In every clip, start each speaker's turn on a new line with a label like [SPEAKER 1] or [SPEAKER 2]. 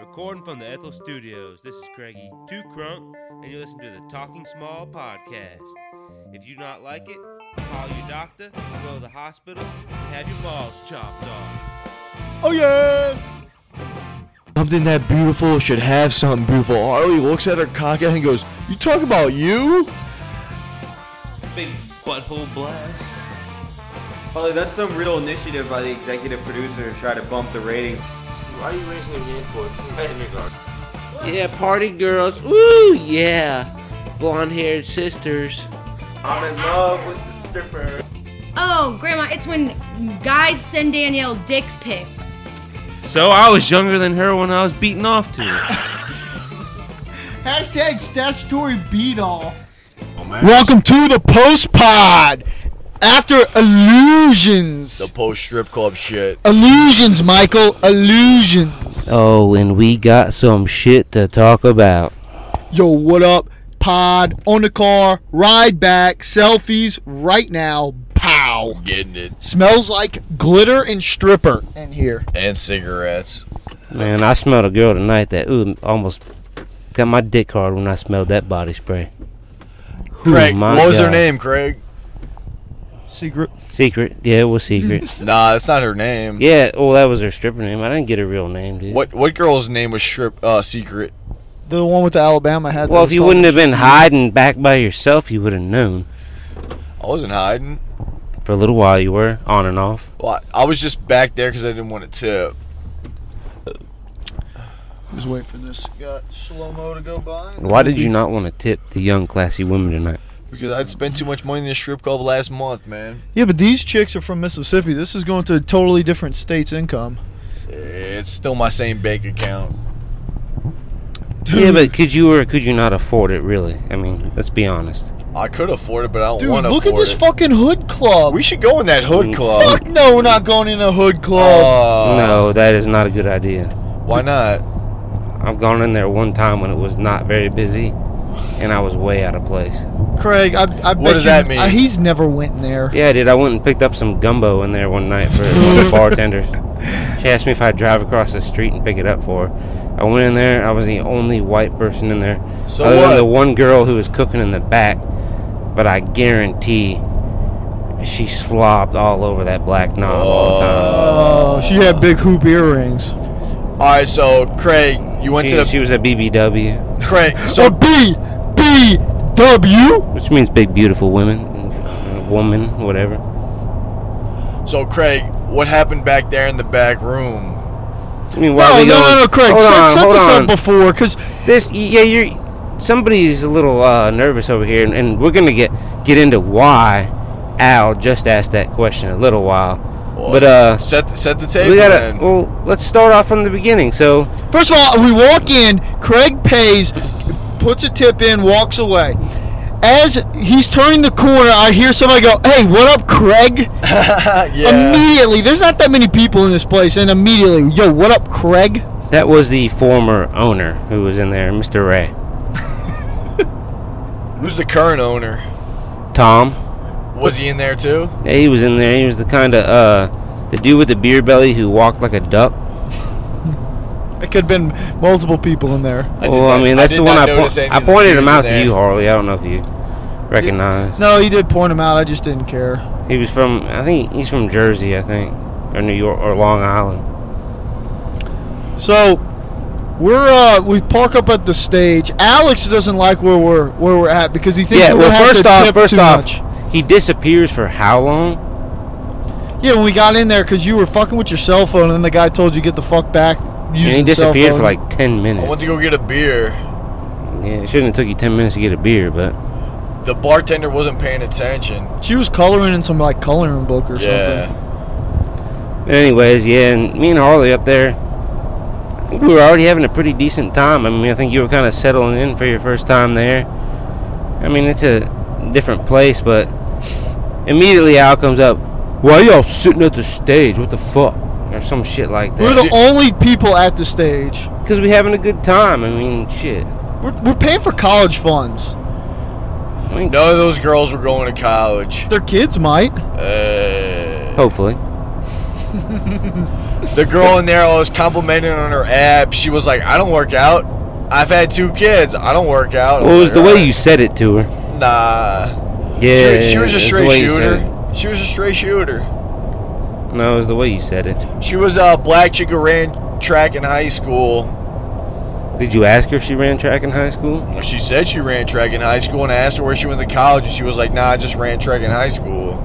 [SPEAKER 1] Recording from the Ethel Studios, this is Craigie Two Crunk, and you listen to the Talking Small podcast. If you do not like it, call your doctor, go to the hospital, and have your balls chopped off.
[SPEAKER 2] Oh yeah!
[SPEAKER 3] Something that beautiful should have something beautiful. Harley looks at her cock and goes, "You talk about you?"
[SPEAKER 1] Big butthole blast.
[SPEAKER 2] Holly, that's some real initiative by the executive producer to try to bump the rating.
[SPEAKER 4] Why are you raising your hand for? It's kindergarten.
[SPEAKER 5] Yeah, party girls. Ooh, yeah. Blonde haired sisters.
[SPEAKER 2] I'm in love with the stripper.
[SPEAKER 6] Oh, Grandma, it's when guys send Danielle dick pic.
[SPEAKER 1] So I was younger than her when I was beaten off to it.
[SPEAKER 7] Hashtag statutory beat all.
[SPEAKER 3] Welcome to the post pod.
[SPEAKER 7] After illusions.
[SPEAKER 3] The post strip club shit.
[SPEAKER 7] Illusions, Michael. Illusions.
[SPEAKER 5] Oh, and we got some shit to talk about.
[SPEAKER 7] Yo, what up? Pod, on the car, ride back, selfies right now. Pow.
[SPEAKER 3] Getting it
[SPEAKER 7] Smells like glitter and stripper in here.
[SPEAKER 3] and cigarettes.
[SPEAKER 5] Man, I smelled a girl tonight that ooh, almost got my dick hard when I smelled that body spray. Ooh,
[SPEAKER 3] Craig,
[SPEAKER 5] my
[SPEAKER 3] what was her
[SPEAKER 5] God.
[SPEAKER 3] name? Craig?
[SPEAKER 7] Secret.
[SPEAKER 5] Secret. Yeah, it was secret.
[SPEAKER 3] Nah, that's not her name.
[SPEAKER 5] yeah, well, that was her stripper name. I didn't get her real name, dude.
[SPEAKER 3] What what girl's name was strip uh secret?
[SPEAKER 7] The one with the Alabama hat.
[SPEAKER 5] Well,
[SPEAKER 7] that
[SPEAKER 5] if
[SPEAKER 7] was
[SPEAKER 5] you
[SPEAKER 7] talking
[SPEAKER 5] wouldn't have been
[SPEAKER 7] shit.
[SPEAKER 5] hiding back by yourself, you would have known.
[SPEAKER 3] I wasn't hiding.
[SPEAKER 5] For a little while, you were on and off.
[SPEAKER 3] Well, I I was just back there because I didn't want to tip.
[SPEAKER 7] Just wait for this. Got slow mo to go by.
[SPEAKER 5] Why did you not want to tip the young, classy women tonight?
[SPEAKER 3] Because I'd spent too much money in the strip club last month, man.
[SPEAKER 7] Yeah, but these chicks are from Mississippi. This is going to a totally different state's income.
[SPEAKER 3] It's still my same bank account.
[SPEAKER 5] Yeah, but could you or could you not afford it? Really? I mean, let's be honest.
[SPEAKER 3] I could afford it, but I don't
[SPEAKER 7] Dude,
[SPEAKER 3] want to
[SPEAKER 7] look at
[SPEAKER 3] afford
[SPEAKER 7] this
[SPEAKER 3] it.
[SPEAKER 7] fucking hood club.
[SPEAKER 3] we should go in that hood
[SPEAKER 5] Mm.
[SPEAKER 3] club.
[SPEAKER 7] Fuck no, we're not going in a hood club.
[SPEAKER 3] Uh,
[SPEAKER 5] no, that is not a good idea.
[SPEAKER 3] Why not?
[SPEAKER 5] I've gone in there one time when it was not very busy, and I was way out of place.
[SPEAKER 7] Craig, I, I bet
[SPEAKER 3] What does
[SPEAKER 7] you-
[SPEAKER 3] that mean?
[SPEAKER 7] I- he's never went in there.
[SPEAKER 5] Yeah, I did. I went and picked up some gumbo in there one night for one of the bartenders. She asked me if I'd drive across the street and pick it up for her. I went in there. I was the only white person in there,
[SPEAKER 3] So
[SPEAKER 5] other
[SPEAKER 3] what?
[SPEAKER 5] than the one girl who was cooking in the back. But I guarantee, she slobbed all over that black knob all the time.
[SPEAKER 7] Oh, she had big hoop earrings.
[SPEAKER 3] All right, so Craig, you went
[SPEAKER 5] She,
[SPEAKER 3] to the
[SPEAKER 5] she was at BBW,
[SPEAKER 3] Craig.
[SPEAKER 7] A
[SPEAKER 3] So
[SPEAKER 7] B B W.
[SPEAKER 5] which means big beautiful women, woman, whatever.
[SPEAKER 3] so Craig, what happened back there in the back room?
[SPEAKER 5] I mean, why
[SPEAKER 7] No,
[SPEAKER 5] are
[SPEAKER 7] no,
[SPEAKER 5] we going-
[SPEAKER 7] no, no, Craig.
[SPEAKER 5] Hold
[SPEAKER 7] set
[SPEAKER 5] on,
[SPEAKER 7] set
[SPEAKER 5] hold
[SPEAKER 7] this
[SPEAKER 5] on.
[SPEAKER 7] up before, cause
[SPEAKER 5] This, yeah, you're. Somebody's a little uh, nervous over here, and, and we're gonna get get into why Al just asked that question in a little while. but uh,
[SPEAKER 3] Set set the table.
[SPEAKER 5] we gotta. Oh,
[SPEAKER 3] then.
[SPEAKER 5] Well, let's start off from the beginning. So
[SPEAKER 7] first of all, we walk in. Craig pays, puts a tip in, walks away. As he's turning the corner, I hear somebody go, "Hey, what up, Craig?"
[SPEAKER 3] yeah.
[SPEAKER 7] Immediately, there's not that many people in this place, and immediately, yo, what up, Craig?
[SPEAKER 5] that was the former owner who was in there, Mr. Ray,
[SPEAKER 3] Who's the current owner?
[SPEAKER 5] Tom.
[SPEAKER 3] Was he in there too?
[SPEAKER 5] Yeah, he was in there. He was the kind of uh, the dude with the beer belly who walked like a duck.
[SPEAKER 7] It could have been multiple people in there.
[SPEAKER 3] did
[SPEAKER 5] well,
[SPEAKER 3] not-
[SPEAKER 5] I mean, that's
[SPEAKER 3] did
[SPEAKER 5] the one
[SPEAKER 3] not
[SPEAKER 5] I
[SPEAKER 3] notice
[SPEAKER 5] point.
[SPEAKER 3] any
[SPEAKER 5] I
[SPEAKER 3] of the
[SPEAKER 5] pointed him
[SPEAKER 3] beers in
[SPEAKER 5] out to
[SPEAKER 3] there.
[SPEAKER 5] you, Harley. I don't know if you recognize.
[SPEAKER 7] No, he did point him out. I just didn't care.
[SPEAKER 5] He was from, I think he's from Jersey, I think, or New York, or Long Island.
[SPEAKER 7] So we're uh we park up at the stage. Alex doesn't like where we're where we're at because he thinks
[SPEAKER 5] yeah.
[SPEAKER 7] we're
[SPEAKER 5] Well,
[SPEAKER 7] gonna have
[SPEAKER 5] first
[SPEAKER 7] to
[SPEAKER 5] off,
[SPEAKER 7] tip
[SPEAKER 5] first
[SPEAKER 7] too
[SPEAKER 5] off,
[SPEAKER 7] much.
[SPEAKER 5] he disappears for how long?
[SPEAKER 7] yeah, when we got in there because you were fucking with your cell phone, and then the guy told you get the fuck back.
[SPEAKER 5] And he
[SPEAKER 7] using the cell
[SPEAKER 5] disappeared for
[SPEAKER 7] phone." Oh,
[SPEAKER 5] like ten
[SPEAKER 3] I went
[SPEAKER 5] minutes.
[SPEAKER 3] to go get a beer.
[SPEAKER 5] yeah, it shouldn't have took you ten minutes to get a beer, but
[SPEAKER 3] The bartender wasn't paying attention.
[SPEAKER 7] she was coloring in some like coloring book or something.
[SPEAKER 3] Yeah.
[SPEAKER 5] but anyways, yeah. And me and Harley up there, I think we were already having a pretty decent time. I mean, I think you were kind of settling in for your first time there. I mean, it's a different place, but immediately Al comes up. Why y'all sitting at the stage? What the fuck? Or some shit like that.
[SPEAKER 7] We're the only people at the stage.
[SPEAKER 5] Because we're having a good time. I mean, shit.
[SPEAKER 7] We're, we're paying for college funds.
[SPEAKER 5] I mean,
[SPEAKER 3] None of those girls were going to college.
[SPEAKER 7] Their kids might.
[SPEAKER 3] Uh,
[SPEAKER 5] Hopefully.
[SPEAKER 3] The girl in there I was complimenting on her abs. She was like, "I don't work out. I've had two kids. I don't work out."
[SPEAKER 5] Well, it was the way you said it to her.
[SPEAKER 3] Nah.
[SPEAKER 5] Yeah,
[SPEAKER 3] Dude, she was a
[SPEAKER 5] it's the
[SPEAKER 3] straight
[SPEAKER 5] way you said
[SPEAKER 3] shooter. She was a straight shooter.
[SPEAKER 5] it. No, it was the way you said it.
[SPEAKER 3] She was a black chick who ran track in high school.
[SPEAKER 5] Did you ask her if she ran track in high school?
[SPEAKER 3] She said she ran track in high school, and I asked her where she went to college, and she was like, "Nah, I just ran track in high school."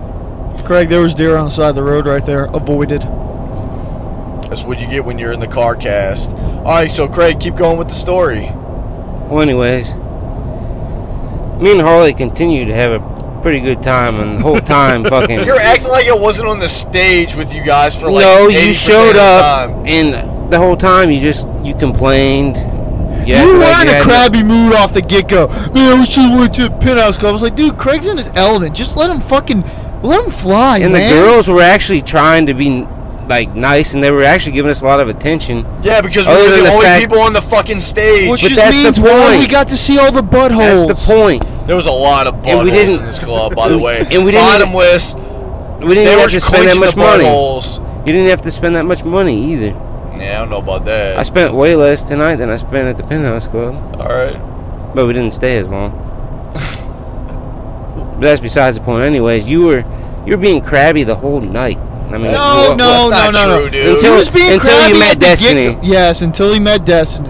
[SPEAKER 7] Craig, there was deer on the side of the road right there. Avoided.
[SPEAKER 3] That's what you get when you're in the car cast. All right, so Craig, keep going with the story.
[SPEAKER 5] Well, anyways, me and Harley continued to have a pretty good time, and the whole time, fucking.
[SPEAKER 3] You're acting like it wasn't on the stage with you guys for like
[SPEAKER 5] no,
[SPEAKER 3] 80%
[SPEAKER 5] you showed
[SPEAKER 3] of the
[SPEAKER 5] up,
[SPEAKER 3] time.
[SPEAKER 5] and the whole time you just you complained. You
[SPEAKER 7] you
[SPEAKER 5] acted
[SPEAKER 7] were
[SPEAKER 5] like
[SPEAKER 7] in a
[SPEAKER 5] had-
[SPEAKER 7] crabby mood off the get go. Man, we should have went to the penthouse club. I was like, dude, Craig's in his element. Just let him fucking let him fly,
[SPEAKER 5] And the
[SPEAKER 7] man.
[SPEAKER 5] girls were actually trying to be like nice, and they were actually giving us a lot of attention.
[SPEAKER 3] Yeah, because we
[SPEAKER 5] Other
[SPEAKER 3] were
[SPEAKER 5] than
[SPEAKER 3] the,
[SPEAKER 5] the
[SPEAKER 3] only
[SPEAKER 5] fact-
[SPEAKER 3] people on the fucking stage.
[SPEAKER 7] which
[SPEAKER 5] but
[SPEAKER 7] just
[SPEAKER 5] that's the
[SPEAKER 7] means we only
[SPEAKER 5] point.
[SPEAKER 7] got to see all the buttholes.
[SPEAKER 5] That's the point.
[SPEAKER 3] there was a lot of
[SPEAKER 5] And
[SPEAKER 3] buttholes
[SPEAKER 5] we didn't-
[SPEAKER 3] in this club, by the way.
[SPEAKER 5] and we didn't-
[SPEAKER 3] Bottomless.
[SPEAKER 5] We didn't
[SPEAKER 3] They were
[SPEAKER 5] have to
[SPEAKER 3] just
[SPEAKER 5] spend that
[SPEAKER 3] clenching the
[SPEAKER 5] much money.
[SPEAKER 3] buttholes.
[SPEAKER 5] You didn't have to spend that much money either.
[SPEAKER 3] Yeah, I don't know about that.
[SPEAKER 5] I spent way less tonight than I spent at the Penthouse Club,
[SPEAKER 3] All right.
[SPEAKER 5] but we didn't stay as long. but that's besides the point. Anyways, you were you were being crabby the whole night. I mean,
[SPEAKER 7] No,
[SPEAKER 5] what-
[SPEAKER 7] no,
[SPEAKER 3] That's
[SPEAKER 7] no, no,
[SPEAKER 3] not
[SPEAKER 7] no.
[SPEAKER 3] true, dude.
[SPEAKER 7] He
[SPEAKER 5] Until-
[SPEAKER 7] was being
[SPEAKER 5] until
[SPEAKER 7] crabby
[SPEAKER 5] you met
[SPEAKER 7] at the
[SPEAKER 5] Destiny.
[SPEAKER 7] get-go. yes, until he met Destiny.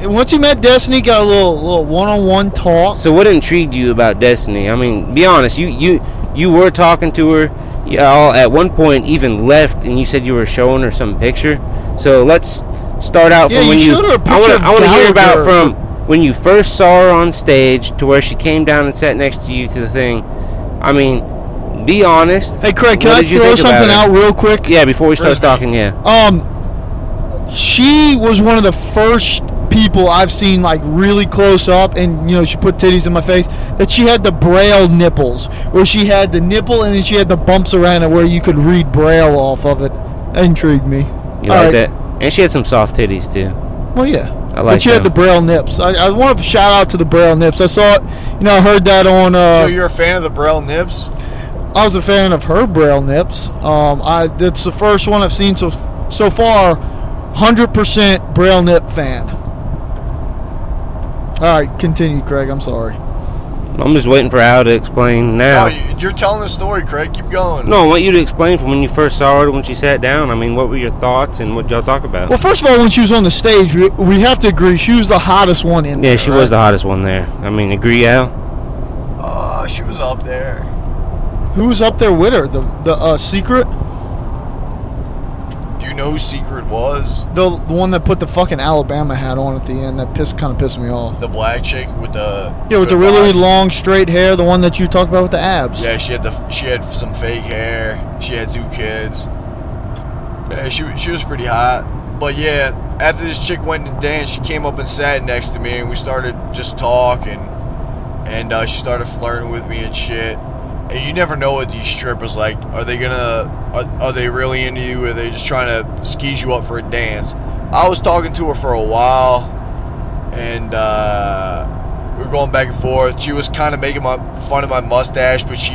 [SPEAKER 7] And once he met Destiny, got a little little one on one talk.
[SPEAKER 5] So what intrigued you about Destiny? I mean, be honest. You you you were talking to her. Y'all at one point even left, and you said you were showing her some picture. So let's start out
[SPEAKER 7] Yeah,
[SPEAKER 5] from
[SPEAKER 7] you
[SPEAKER 5] when you.
[SPEAKER 7] showed her a
[SPEAKER 5] I
[SPEAKER 7] picture
[SPEAKER 5] want
[SPEAKER 7] of
[SPEAKER 5] to I want to hear about
[SPEAKER 7] Gallagher.
[SPEAKER 5] from when you first saw her on stage to where she came down and sat next to you to the thing. I mean, be honest.
[SPEAKER 7] Hey, Craig, can
[SPEAKER 5] What
[SPEAKER 7] I
[SPEAKER 5] did you
[SPEAKER 7] throw
[SPEAKER 5] think about
[SPEAKER 7] something
[SPEAKER 5] her?
[SPEAKER 7] out real quick?
[SPEAKER 5] Yeah, before we start talking, yeah.
[SPEAKER 7] Um, she was one of the first people I've seen like really close up, and you know she put titties in my face. That she had the braille nipples, where she had the nipple and then she had the bumps around it, where you could read braille off of it. That intrigued me.
[SPEAKER 5] You
[SPEAKER 7] All right.
[SPEAKER 5] like that? And she had some soft titties too.
[SPEAKER 7] Well, yeah.
[SPEAKER 5] I like
[SPEAKER 7] But you had the
[SPEAKER 5] them.
[SPEAKER 7] braille nips. I, I want to shout out to the braille nips. I saw it. You know, I heard that on.
[SPEAKER 3] So
[SPEAKER 7] Uh,
[SPEAKER 3] you're a fan of the Braille Nips?
[SPEAKER 7] I was a fan of her braille nips. Um, I that's the first one I've seen so so far. Hundred percent braille nip fan. All right, continue, Craig. I'm sorry.
[SPEAKER 5] I'm just waiting for Al to explain now.
[SPEAKER 3] Oh, you- you're telling the story, Craig. Keep going.
[SPEAKER 5] No, I want you to explain from when you first saw her to when she sat down. I mean, what were your thoughts and what y'all talk about?
[SPEAKER 7] Well, first of all, when she was on the stage, we, we have to agree she was the hottest one in there.
[SPEAKER 5] yeah, she was the hottest one there. I mean, agree, Al?
[SPEAKER 3] Oh, she was up there.
[SPEAKER 7] Who was up there with her? The the uh, secret,
[SPEAKER 3] Do you know who Secret was?
[SPEAKER 7] the, the one that put the fucking Alabama hat on at the end. That pissed kind of pissed me off.
[SPEAKER 3] The black chick with the
[SPEAKER 7] Yeah, with the really long straight hair, the one that you talked about with the abs.
[SPEAKER 3] Yeah, she had the she had some fake hair. She had two kids. Yeah, she wa- she was pretty hot. But yeah, after this chick went and danced, she came up and sat next to me, and we started just talking, and uh, she started flirting with me and shit. And you never know what these strippers like. Are they gonna? Are, are they really into you? Or are they just trying to skis you up for a dance? I was talking to her for a while, and uh, we were going back and forth. She was kind of making my fun of my mustache, but she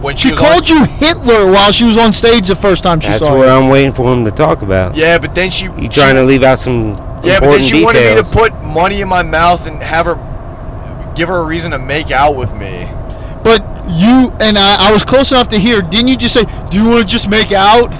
[SPEAKER 3] when she,
[SPEAKER 7] She
[SPEAKER 3] was
[SPEAKER 7] called
[SPEAKER 3] on-
[SPEAKER 7] you Hitler while she was on stage the first time she
[SPEAKER 5] That's
[SPEAKER 7] saw
[SPEAKER 5] what
[SPEAKER 7] you.
[SPEAKER 5] I'm waiting for him to talk about.
[SPEAKER 3] Yeah, but then she
[SPEAKER 5] You trying to leave out some
[SPEAKER 3] Yeah, but then
[SPEAKER 5] important
[SPEAKER 3] she
[SPEAKER 5] details.
[SPEAKER 3] wanted me to put money in my mouth and have her give her a reason to make out with me.
[SPEAKER 7] But you and I, I was close enough to hear. Didn't you just say, "Do you want to just make out"?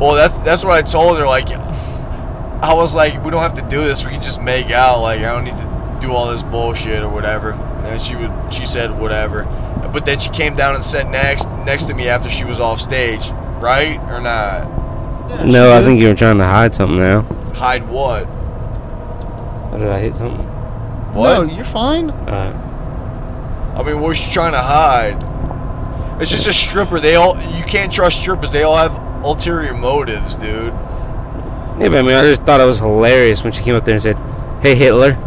[SPEAKER 3] Well, that that's what I told her. Like, I was like, we don't have to do this. We can just make out. Like, I don't need to do all this bullshit or whatever. And she would, she said whatever. But then she came down and sat next next to me after she was off stage, right or not?
[SPEAKER 5] no, I think you were trying to hide something now.
[SPEAKER 3] Hide what?
[SPEAKER 5] Did I hit something?
[SPEAKER 3] What?
[SPEAKER 7] No, you're fine.
[SPEAKER 5] Uh,
[SPEAKER 3] I mean, what was she trying to hide? It's just a stripper. They all you can't trust strippers. They all have ulterior motives, dude.
[SPEAKER 5] yeah, but I mean, I just thought it was hilarious when she came up there and said, "Hey, Hitler."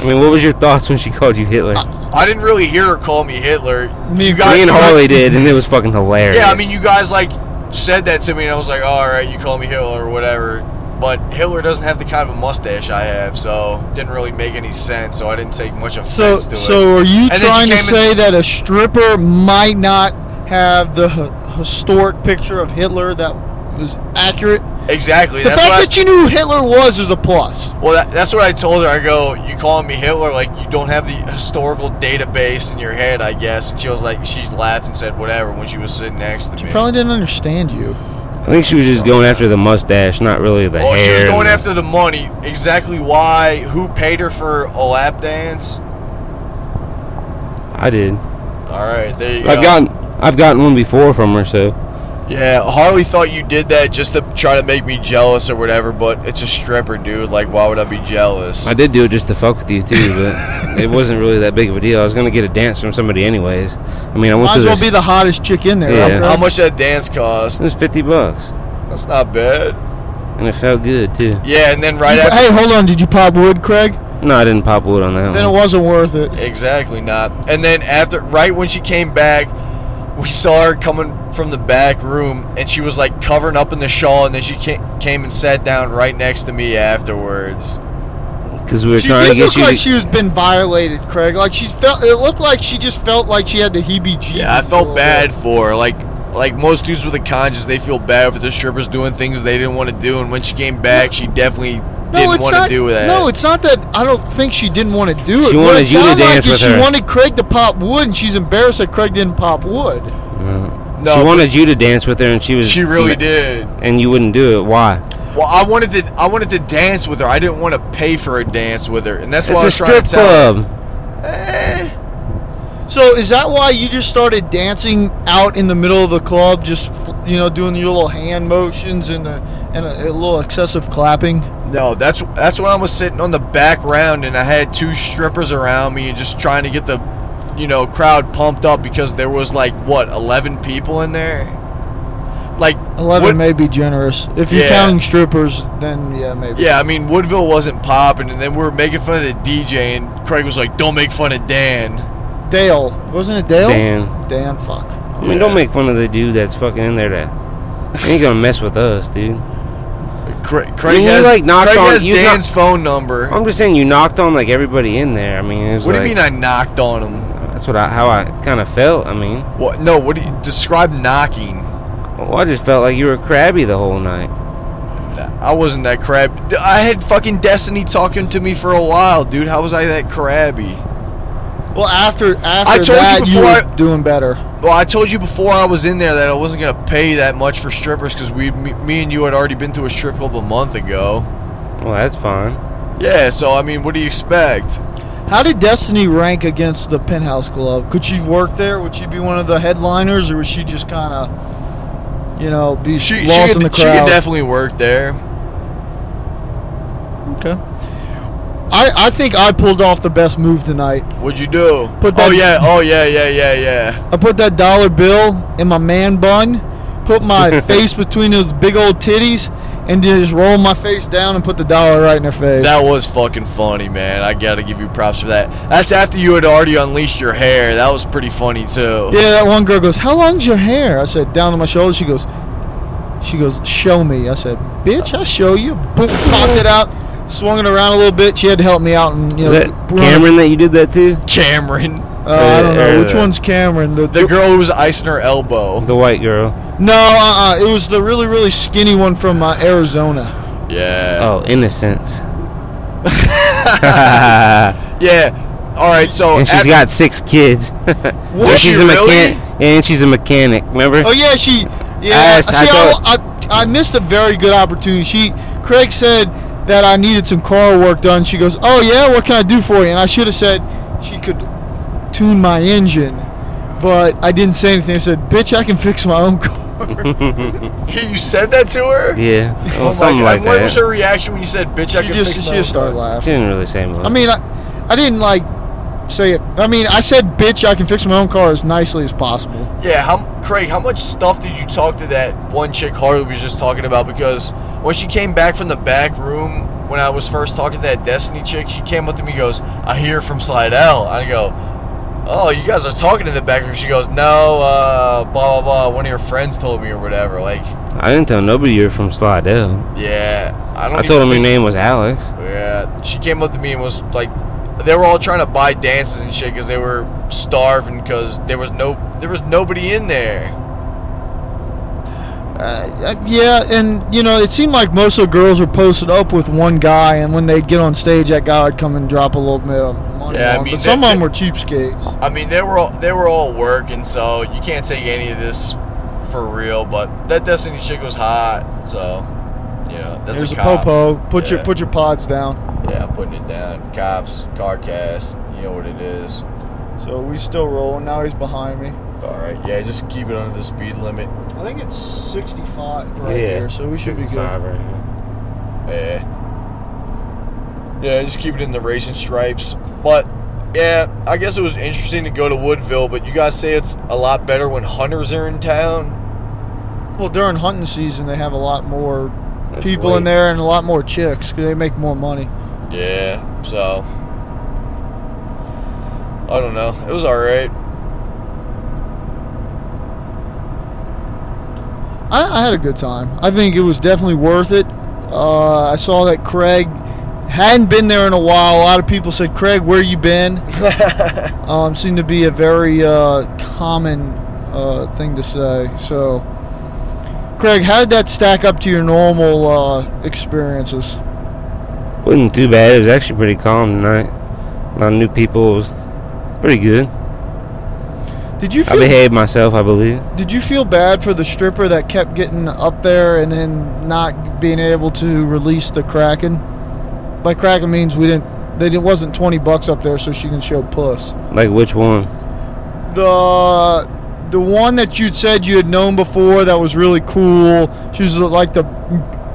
[SPEAKER 5] I mean, what was your thoughts when she called you Hitler?
[SPEAKER 3] I didn't really hear her call me Hitler.
[SPEAKER 7] Me-
[SPEAKER 3] you
[SPEAKER 5] me and
[SPEAKER 3] you
[SPEAKER 5] Harley did, and it was fucking hilarious.
[SPEAKER 3] uh, Yeah, I mean, you guys like said that to me, and I was like, "Oh, all right, you call me Hitler or whatever. But Hitler doesn't have the kind of a mustache I have, so it didn't really make any sense. So I didn't take much
[SPEAKER 7] So,
[SPEAKER 3] offense to it.
[SPEAKER 7] so are you
[SPEAKER 3] then she
[SPEAKER 7] trying to
[SPEAKER 3] came and-
[SPEAKER 7] say that a stripper might not have the h- historic picture of Hitler that was accurate.
[SPEAKER 3] Exactly.
[SPEAKER 7] The
[SPEAKER 3] that's
[SPEAKER 7] fact
[SPEAKER 3] what I-
[SPEAKER 7] that you knew who Hitler was is a plus.
[SPEAKER 3] Well, that, that's what I told her. I go, you calling me Hitler? Like you don't have the historical database in your head, I guess. And she was like, she laughed and said whatever when she was sitting next to me.
[SPEAKER 7] Probably didn't understand you.
[SPEAKER 5] I think she was just going after the mustache, not really the
[SPEAKER 3] well,
[SPEAKER 5] hair.
[SPEAKER 3] Oh, she was going after the money. Exactly why? Who paid her for a lap dance?
[SPEAKER 5] I did.
[SPEAKER 3] All right, there you go.
[SPEAKER 5] I've gotten I've gotten one before from her, so
[SPEAKER 3] Yeah, Harley thought you did that just to try to make me jealous or whatever, but it's a stripper, dude. Like, why would I be jealous?
[SPEAKER 5] I did do it just to fuck with you too. But it wasn't really that big of a deal. I was gonna get a dance from somebody anyways. I mean, I went
[SPEAKER 7] Might
[SPEAKER 5] to
[SPEAKER 7] as well
[SPEAKER 5] this.
[SPEAKER 7] be the hottest chick in there.
[SPEAKER 5] Yeah.
[SPEAKER 7] okay?
[SPEAKER 3] How much that dance cost?
[SPEAKER 5] it was fifty bucks,
[SPEAKER 3] That's not bad.
[SPEAKER 5] and it felt good too.
[SPEAKER 3] Yeah, and then right after.
[SPEAKER 7] Hey, hold on. Did you pop wood, Craig?
[SPEAKER 5] No, I didn't pop wood on that
[SPEAKER 7] Then it
[SPEAKER 5] one.
[SPEAKER 7] wasn't worth it.
[SPEAKER 3] Exactly not. And then after, right when she came back, we saw her coming from the back room, and she was like covering up in the shawl, and then she ca- came and sat down right next to me afterwards.
[SPEAKER 5] Because we were
[SPEAKER 7] She
[SPEAKER 5] trying to
[SPEAKER 7] did
[SPEAKER 5] get
[SPEAKER 7] look
[SPEAKER 5] you.
[SPEAKER 7] like
[SPEAKER 5] to-
[SPEAKER 7] she was been violated, Craig. Like she felt. It looked like she just felt like she had the heebie-jeebies.
[SPEAKER 3] Yeah, I
[SPEAKER 7] for a
[SPEAKER 3] felt bad
[SPEAKER 7] bit.
[SPEAKER 3] for her. Like, like most dudes with a conscience, they feel bad for the strippers doing things they didn't want to do, and when she came back, she definitely
[SPEAKER 7] No,
[SPEAKER 3] didn't
[SPEAKER 7] it's
[SPEAKER 3] want to
[SPEAKER 7] not.
[SPEAKER 3] do that.
[SPEAKER 7] No, it's not that. I don't think she didn't want to do it.
[SPEAKER 5] She
[SPEAKER 7] What
[SPEAKER 5] wanted
[SPEAKER 7] it
[SPEAKER 5] you to
[SPEAKER 7] sounded
[SPEAKER 5] dance
[SPEAKER 7] like
[SPEAKER 5] with
[SPEAKER 7] is
[SPEAKER 5] her.
[SPEAKER 7] She wanted Craig to pop wood, and she's embarrassed that Craig didn't pop wood.
[SPEAKER 5] No.
[SPEAKER 3] No,
[SPEAKER 5] she
[SPEAKER 3] but-
[SPEAKER 5] wanted you to dance with her, and she was.
[SPEAKER 3] she really did.
[SPEAKER 5] And you wouldn't do it. Why?
[SPEAKER 3] Well, I wanted to, I wanted to dance with her. I didn't want to pay for a dance with her, and that's why I
[SPEAKER 5] it's a
[SPEAKER 3] was trying
[SPEAKER 5] strip
[SPEAKER 3] to tell. her.
[SPEAKER 5] club.
[SPEAKER 7] So is that why you just started dancing out in the middle of the club, just f- you know, doing your little hand motions and a, and a, a little excessive clapping?
[SPEAKER 3] No, that's that's when I was sitting on the back round and I had two strippers around me and just trying to get the you know crowd pumped up because there was like what 11 people in there. Like
[SPEAKER 7] Eleven
[SPEAKER 3] Wood-
[SPEAKER 7] may be generous. If you're
[SPEAKER 3] Yeah.
[SPEAKER 7] counting strippers, then yeah, maybe.
[SPEAKER 3] Yeah, I mean Woodville wasn't popping and then we were making fun of the DJ and Craig was like, "Don't make fun of Dan."
[SPEAKER 7] Dale, wasn't it Dale?
[SPEAKER 5] Dan.
[SPEAKER 7] Dan, fuck.
[SPEAKER 5] I mean, don't make fun of the dude that's fucking in there. That he ain't gonna mess with us, dude.
[SPEAKER 3] Craig, Craig
[SPEAKER 5] mean, you,
[SPEAKER 3] has,
[SPEAKER 5] like, knocked
[SPEAKER 3] Craig
[SPEAKER 5] on-
[SPEAKER 3] has
[SPEAKER 5] you knocked-
[SPEAKER 3] Dan's phone number.
[SPEAKER 5] I'm just saying, you knocked on like everybody in there. I mean, it was
[SPEAKER 3] what do
[SPEAKER 5] like-
[SPEAKER 3] you mean I knocked on him?
[SPEAKER 5] That's what I, how I kind of felt. I mean,
[SPEAKER 3] What? No, what do you describe knocking?
[SPEAKER 5] well, I just felt like you were crabby the whole night.
[SPEAKER 3] I wasn't that crab. I had fucking Destiny talking to me for a while, dude. How was I that crabby?
[SPEAKER 7] Well, after after
[SPEAKER 3] I told you
[SPEAKER 7] that, you,
[SPEAKER 3] before
[SPEAKER 7] were
[SPEAKER 3] I-
[SPEAKER 7] doing better.
[SPEAKER 3] Well, I told you before I was in there that I wasn't gonna pay that much for strippers because we, me, me and you had already been to a strip club a month ago.
[SPEAKER 5] Well, that's fine.
[SPEAKER 3] Yeah, so I mean, what do you expect?
[SPEAKER 7] How did Destiny rank against the Penthouse Club? Could she work there? Would she be one of the headliners, or was she just kind of, you know, be
[SPEAKER 3] She, she,
[SPEAKER 7] lost
[SPEAKER 3] could,
[SPEAKER 7] in the
[SPEAKER 3] she could
[SPEAKER 7] crowd?
[SPEAKER 3] definitely work there.
[SPEAKER 7] okay. I, I think I pulled off the best move tonight.
[SPEAKER 3] What'd you do?
[SPEAKER 7] Put
[SPEAKER 3] oh
[SPEAKER 7] that-
[SPEAKER 3] yeah, oh yeah, yeah, yeah, yeah.
[SPEAKER 7] I put that dollar bill in my man bun, put my face between those big old titties, and then just roll my face down and put the dollar right in her face.
[SPEAKER 3] That was fucking funny, man. I gotta give you props for that. That's after you had already unleashed your hair. That was pretty funny too.
[SPEAKER 7] Yeah, that one girl goes, "How long's your hair?" I said, "Down to my shoulders." She goes, "She goes, show me." I said, "Bitch, I'll show you." Boom, popped it out, swung it around a little bit. She had to help me out, and you know,
[SPEAKER 5] Was that
[SPEAKER 7] run-
[SPEAKER 5] Cameron that you did that to?
[SPEAKER 3] Cameron,
[SPEAKER 7] Uh, I don't know
[SPEAKER 5] Uh,
[SPEAKER 7] which one's Cameron. The,
[SPEAKER 3] the girl who was icing her elbow.
[SPEAKER 5] The white girl.
[SPEAKER 7] no, uh, uh, it was the really, really skinny one from uh, Arizona.
[SPEAKER 3] Yeah.
[SPEAKER 5] Oh, innocence.
[SPEAKER 3] Yeah. All right. So
[SPEAKER 5] and she's
[SPEAKER 3] at-
[SPEAKER 5] got six kids.
[SPEAKER 3] Was
[SPEAKER 5] and she's
[SPEAKER 3] she
[SPEAKER 5] a
[SPEAKER 3] really?
[SPEAKER 5] mechanic. And she's a mechanic. Remember?
[SPEAKER 7] Oh yeah, she.
[SPEAKER 5] I
[SPEAKER 7] Yeah,
[SPEAKER 5] asked-
[SPEAKER 7] see,
[SPEAKER 5] I
[SPEAKER 7] I, I, I missed a very good opportunity. She, Craig said that I needed some car work done. She goes, "Oh yeah, what can I do for you?" And I should have said she could tune my engine, but I didn't say anything. I said, "Bitch, I can fix my own car."
[SPEAKER 3] you said that to her.
[SPEAKER 5] Yeah.
[SPEAKER 3] Oh
[SPEAKER 5] Well,
[SPEAKER 3] my
[SPEAKER 5] something
[SPEAKER 3] God.
[SPEAKER 5] like
[SPEAKER 3] What was
[SPEAKER 5] that.
[SPEAKER 3] her reaction when you said, "Bitch, I
[SPEAKER 7] She
[SPEAKER 3] can
[SPEAKER 7] just,
[SPEAKER 3] fix
[SPEAKER 7] she
[SPEAKER 3] my
[SPEAKER 7] just
[SPEAKER 3] own
[SPEAKER 7] started
[SPEAKER 3] car"?
[SPEAKER 5] She
[SPEAKER 7] laughing.
[SPEAKER 5] didn't really say much.
[SPEAKER 7] I mean, I, I didn't like say it. I mean, I said, "Bitch, I can fix my own car" as nicely as possible.
[SPEAKER 3] Yeah. How, Craig, how much stuff did you talk to that one chick Harley was just talking about? Because when she came back from the back room when I was first talking to that Destiny chick, she came up to me and goes, "I hear from Slidell." I go. Oh, you guys are talking in the back room. She goes, "No, uh, blah blah blah. One of your friends told me or whatever." Like,
[SPEAKER 5] I didn't tell nobody you're from Slidell.
[SPEAKER 3] yeah, I don't.
[SPEAKER 5] I
[SPEAKER 3] even
[SPEAKER 5] told him your
[SPEAKER 3] think-
[SPEAKER 5] name was Alex.
[SPEAKER 3] Yeah, she came up to me and was like, they were all trying to buy dances and shit because they were starving because there was no there was nobody in there.
[SPEAKER 7] Uh, uh, yeah, and you know, it seemed like most of the girls were posted up with one guy, and when they'd get on stage, that guy would come and drop a little bit of money.
[SPEAKER 3] Yeah, I
[SPEAKER 7] on 'em.
[SPEAKER 3] mean,
[SPEAKER 7] but some
[SPEAKER 3] that-
[SPEAKER 7] of them
[SPEAKER 3] that-
[SPEAKER 7] were cheapskates.
[SPEAKER 3] I mean, they were all they were all working, so you can't take any of this for real. But that Destiny chick was hot, so you know that's
[SPEAKER 7] There's a,
[SPEAKER 3] cop.
[SPEAKER 7] popo. Put your
[SPEAKER 3] Yeah.
[SPEAKER 7] put your pods down.
[SPEAKER 3] Yeah, I'm putting it down. Cops, car cast, you know what it is.
[SPEAKER 7] So we still rolling. Now he's behind me.
[SPEAKER 3] All right, yeah, just keep it under the speed limit.
[SPEAKER 7] I think it's 65
[SPEAKER 5] right
[SPEAKER 7] right
[SPEAKER 5] Yeah. here,
[SPEAKER 7] here, so we should be good.
[SPEAKER 5] 65 right now.
[SPEAKER 3] Eh. Yeah, just keep it in the racing stripes. But yeah, I guess it was interesting to go to Woodville, but you guys say it's a lot better when hunters are in town.
[SPEAKER 7] Well, during hunting season, they have a lot more
[SPEAKER 5] That's
[SPEAKER 7] people in
[SPEAKER 5] right.
[SPEAKER 7] there and a lot more chicks 'cause they make more money.
[SPEAKER 3] Yeah, so I don't know. It was all right.
[SPEAKER 7] I, I had a good time. I think it was definitely worth it. Uh, I saw that Craig hadn't been there in a while. A lot of people said, "Craig, where you been?" um, seemed to be a very uh, common uh, thing to say. So, Craig, how did that stack up to your normal uh, experiences?
[SPEAKER 5] Wasn't too bad. It was actually pretty calm tonight. A lot of new people. It was pretty good.
[SPEAKER 7] Did you
[SPEAKER 5] I
[SPEAKER 7] feel
[SPEAKER 5] behaved myself, I believe.
[SPEAKER 7] Did you feel bad for the stripper that kept getting up there and then not being able to release the kraken? By kraken means we didn't. They, it wasn't twenty bucks up there, so she can show puss.
[SPEAKER 5] Like which one?
[SPEAKER 7] The the one that you'd said you had known before that was really cool. She was like the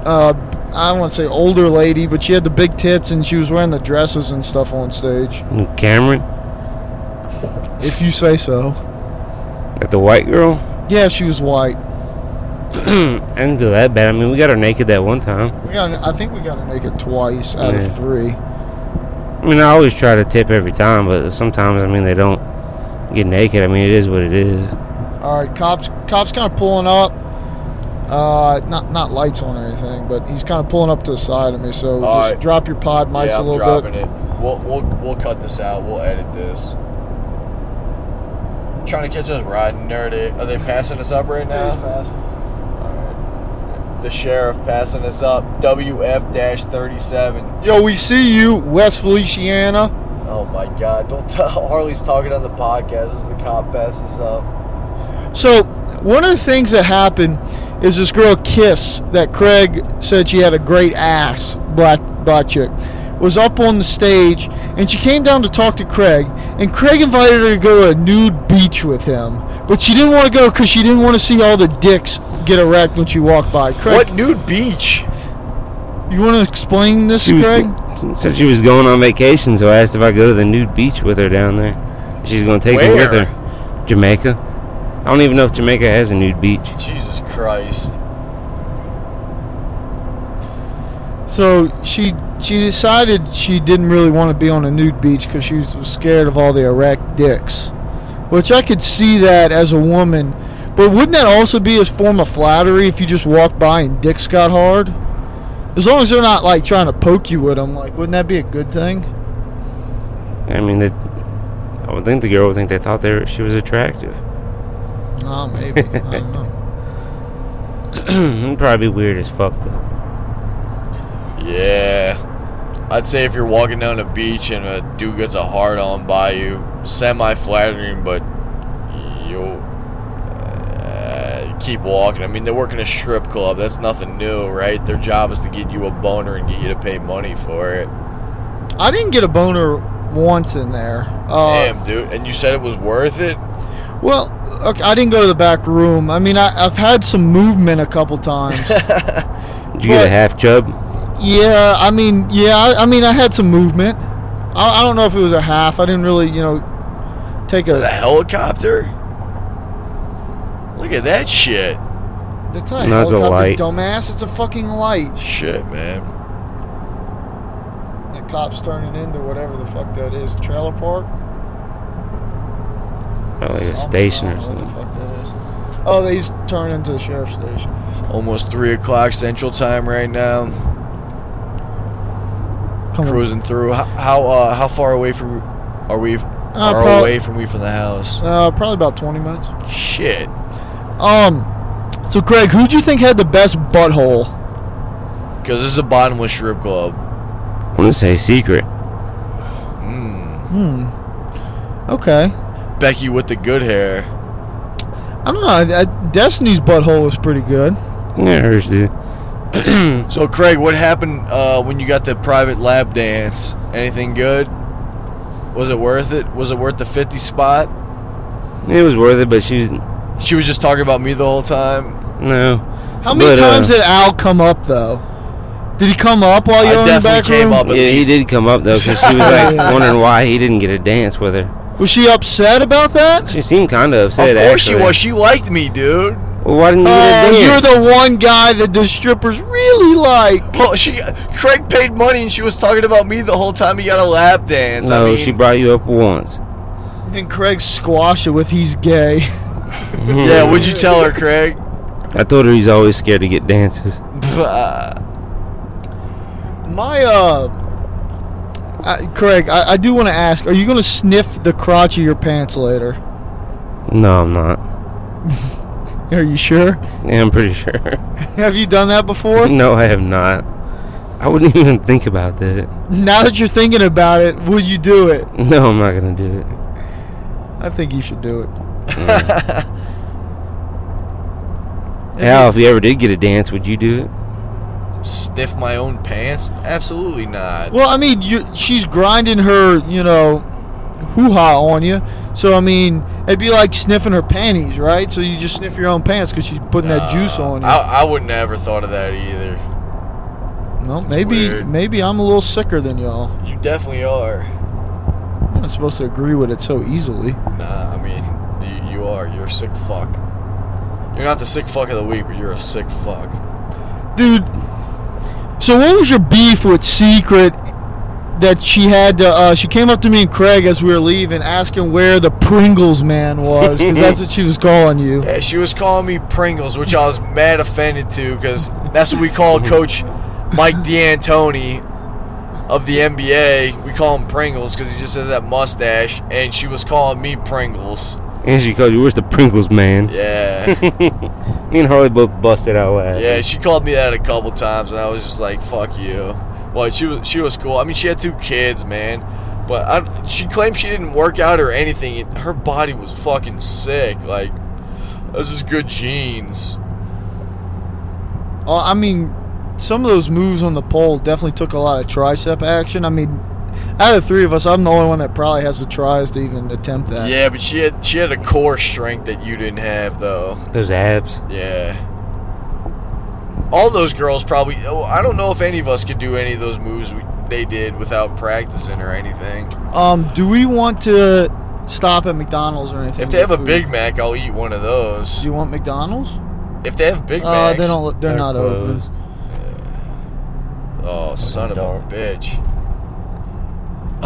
[SPEAKER 7] uh, I don't want to say older lady, but she had the big tits and she was wearing the dresses and stuff on stage.
[SPEAKER 5] Cameron?
[SPEAKER 7] If you say so.
[SPEAKER 5] Like the white girl?
[SPEAKER 7] Yeah, she was white.
[SPEAKER 5] I didn't feel that bad. I mean, we got her naked that one time.
[SPEAKER 7] We got. I think we got to make it twice out
[SPEAKER 5] Yeah.
[SPEAKER 7] of three.
[SPEAKER 5] I mean, I always try to tip every time, but sometimes, I mean, they don't get naked. I mean, it is what it is.
[SPEAKER 7] All right, cops. Cops kind of pulling up. Uh, not not lights on or anything, but he's kind of pulling up to the side of me. So
[SPEAKER 3] All
[SPEAKER 7] just
[SPEAKER 3] right.
[SPEAKER 7] drop your pod mics
[SPEAKER 3] yeah,
[SPEAKER 7] a
[SPEAKER 3] I'm
[SPEAKER 7] little
[SPEAKER 3] dropping
[SPEAKER 7] bit.
[SPEAKER 3] it. We'll, we'll we'll cut this out. We'll edit this. I'm trying to catch us riding. There they are. They passing us up right now.
[SPEAKER 7] Please pass.
[SPEAKER 3] Alright. The sheriff passing us up. WF 37.
[SPEAKER 7] Yo, we see you, West Feliciana.
[SPEAKER 3] Oh my god. Don't tell Harley's talking on the podcast as the cop passes up.
[SPEAKER 7] So one of the things that happened is this girl Kiss that Craig said she had a great ass, black black chick, was up on the stage and she came down to talk to Craig and Craig invited her to go to a nude beach with him, but she didn't want to go because she didn't want to see all the dicks get erect when she walked by. Craig,
[SPEAKER 3] What nude beach?
[SPEAKER 7] you want to explain this,
[SPEAKER 5] She was,
[SPEAKER 7] Craig?
[SPEAKER 5] said she was going on vacation, so I asked if I go to the nude beach with her down there. She's going to take me with
[SPEAKER 3] Where?
[SPEAKER 5] her. Jamaica. I don't even know if Jamaica has a nude beach.
[SPEAKER 3] Jesus Christ.
[SPEAKER 7] So she she decided she didn't really want to be on a nude beach because she was was scared of all the erect dicks, which I could see that as a woman. But wouldn't that also be a form of flattery if you just walked by and dicks got hard? As long as they're not like trying to poke you with them, like wouldn't that be a good thing?
[SPEAKER 5] I mean, they, I would think the girl would think they thought they were, she was attractive.
[SPEAKER 7] Oh, maybe I don't know.
[SPEAKER 5] It'd Hmm, probably be weird as fuck, though.
[SPEAKER 3] Yeah. I'd say if you're walking down the beach and a dude gets a hard on by you, semi flattering, but you'll uh, keep walking. I mean, they work in a strip club. That's nothing new, right? Their job is to get you a boner and get you to pay money for it.
[SPEAKER 7] I didn't get a boner once in there. Uh,
[SPEAKER 3] Damn, dude. And you said it was worth it?
[SPEAKER 7] Well, okay, I didn't go to the back room. I mean, I, I've had some movement a couple times.
[SPEAKER 5] Did you get a
[SPEAKER 7] But-
[SPEAKER 5] half chub?
[SPEAKER 7] Yeah, I mean, yeah, I, I mean, I had some movement. I, I don't know if it was a half. I didn't really, you know, take
[SPEAKER 3] Is that a
[SPEAKER 7] a.
[SPEAKER 3] helicopter? Look at that shit.
[SPEAKER 7] It's not a
[SPEAKER 5] No, it's
[SPEAKER 7] helicopter,
[SPEAKER 5] a light.
[SPEAKER 7] dumbass. It's a fucking light.
[SPEAKER 3] Shit, man.
[SPEAKER 7] The cops turning into whatever the fuck that is, trailer park.
[SPEAKER 5] Probably like a
[SPEAKER 7] I don't
[SPEAKER 5] station
[SPEAKER 7] know
[SPEAKER 5] or
[SPEAKER 7] What the
[SPEAKER 5] something.
[SPEAKER 7] fuck that is? Oh, they used to turn into the sheriff's station.
[SPEAKER 3] Almost 3 o'clock Central Time right now.
[SPEAKER 7] Come
[SPEAKER 3] cruising through. How how, uh, how far away from are we? are
[SPEAKER 7] prob-
[SPEAKER 3] away from we from the house?
[SPEAKER 7] on. Uh, probably about twenty minutes.
[SPEAKER 3] Shit.
[SPEAKER 7] Um, So, Greg, who do you think had the best butthole?
[SPEAKER 3] Because this is a bottomless strip club.
[SPEAKER 5] I'm gonna say secret.
[SPEAKER 7] Okay.
[SPEAKER 3] Becky with the good hair.
[SPEAKER 7] I don't know. I, I, Destiny's butthole was pretty good.
[SPEAKER 5] Yeah, hers did.
[SPEAKER 3] So Craig, what happened uh, when you got the private lab dance? Anything good? Was it worth it? Was it worth the 50 spot?
[SPEAKER 5] It was worth it, but she was
[SPEAKER 3] She was just talking about me the whole time.
[SPEAKER 5] no.
[SPEAKER 7] How many
[SPEAKER 5] But, uh,
[SPEAKER 7] times did Al come up though? Did he come up while you
[SPEAKER 3] I
[SPEAKER 7] were in the back
[SPEAKER 3] definitely came
[SPEAKER 7] room?
[SPEAKER 3] up.
[SPEAKER 5] Yeah,
[SPEAKER 3] at
[SPEAKER 5] he
[SPEAKER 3] least.
[SPEAKER 5] did come up though, because she was like wondering why he didn't get a dance with her.
[SPEAKER 7] Was she upset about that?
[SPEAKER 5] She seemed kind of
[SPEAKER 3] Of
[SPEAKER 5] upset.
[SPEAKER 3] course
[SPEAKER 5] actually.
[SPEAKER 3] she was. Uh, She liked me, dude.
[SPEAKER 5] Well, why didn't you
[SPEAKER 7] Oh,
[SPEAKER 5] get a
[SPEAKER 7] you're
[SPEAKER 5] dance?
[SPEAKER 7] the one guy that the strippers really like.
[SPEAKER 3] Well, she Craig paid money and she was talking about me the whole time. He got a lap dance.
[SPEAKER 5] no,
[SPEAKER 3] I mean,
[SPEAKER 5] she brought you up once.
[SPEAKER 7] And Craig squashed it with he's gay.
[SPEAKER 3] yeah. Would you tell her, Craig?
[SPEAKER 5] I told her he's always scared to get dances.
[SPEAKER 3] Bah.
[SPEAKER 7] My uh, I, Craig, I, I do want to ask: Are you gonna sniff the crotch of your pants later?
[SPEAKER 5] No, I'm not.
[SPEAKER 7] Are you sure?
[SPEAKER 5] Yeah, I'm pretty sure.
[SPEAKER 7] Have you done that before?
[SPEAKER 5] no, I have not. I wouldn't even think about that.
[SPEAKER 7] Now that you're thinking about it, will you do it?
[SPEAKER 5] No, I'm not gonna do it.
[SPEAKER 7] I think you should do it.
[SPEAKER 5] Al, if you ever did get a dance, would you do it?
[SPEAKER 3] Sniff my own pants? Absolutely not.
[SPEAKER 7] Well, I mean, you, she's grinding her, you know, hoo ha on you. So I mean, it'd be like sniffing her panties, right? So you just sniff your own pants because she's putting that juice
[SPEAKER 3] Uh,
[SPEAKER 7] on you.
[SPEAKER 3] I, I wouldn't have ever thought of that either.
[SPEAKER 7] well, maybe
[SPEAKER 3] weird.
[SPEAKER 7] maybe I'm a little sicker than y'all.
[SPEAKER 3] You definitely are.
[SPEAKER 7] I'm not supposed to agree with it so easily.
[SPEAKER 3] Nah, I mean, you, you are. You're a sick fuck. You're not the sick fuck of the week, but you're a sick fuck.
[SPEAKER 7] dude. So what was your beef with Secret that she had to? Uh, she came up to me and Craig as we were leaving, asking where the Pringles man was, because that's what she was calling you.
[SPEAKER 3] Yeah, she was calling me Pringles, which I was mad offended to because that's what we call Coach Mike D'Antoni of the NBA. We call him Pringles because he just has that mustache, and she was calling me Pringles.
[SPEAKER 5] And she called you, where's the Pringles man?
[SPEAKER 3] Yeah,
[SPEAKER 5] Me and Harley both busted out laughing.
[SPEAKER 3] yeah, she called me that a couple times, and I was just like, "Fuck you." Well, she was she was cool. I mean, she had two kids, man. But I, she claimed she didn't work out or anything. Her body was fucking sick. Like, this was good genes.
[SPEAKER 7] Uh, I mean, some of those moves on the pole definitely took a lot of tricep action. I mean, out of the three of us, I'm the only one that probably has the tries to even attempt that.
[SPEAKER 3] Yeah, but she had she had a core strength that you didn't have though.
[SPEAKER 5] Those abs.
[SPEAKER 3] Yeah. All those girls probably. Oh, I don't know if any of us could do any of those moves we, they did without practicing or anything.
[SPEAKER 7] Um, do we want to stop at McDonald's or anything?
[SPEAKER 3] If they
[SPEAKER 7] to get
[SPEAKER 3] have a
[SPEAKER 7] food?
[SPEAKER 3] Big Mac, I'll eat one of
[SPEAKER 7] do
[SPEAKER 3] those.
[SPEAKER 7] you want McDonald's?
[SPEAKER 3] If they have Big
[SPEAKER 7] Oh,
[SPEAKER 3] Macs,
[SPEAKER 7] they don't. They're, not open.
[SPEAKER 5] closed.
[SPEAKER 3] Oh, son of a
[SPEAKER 5] dog.
[SPEAKER 3] bitch.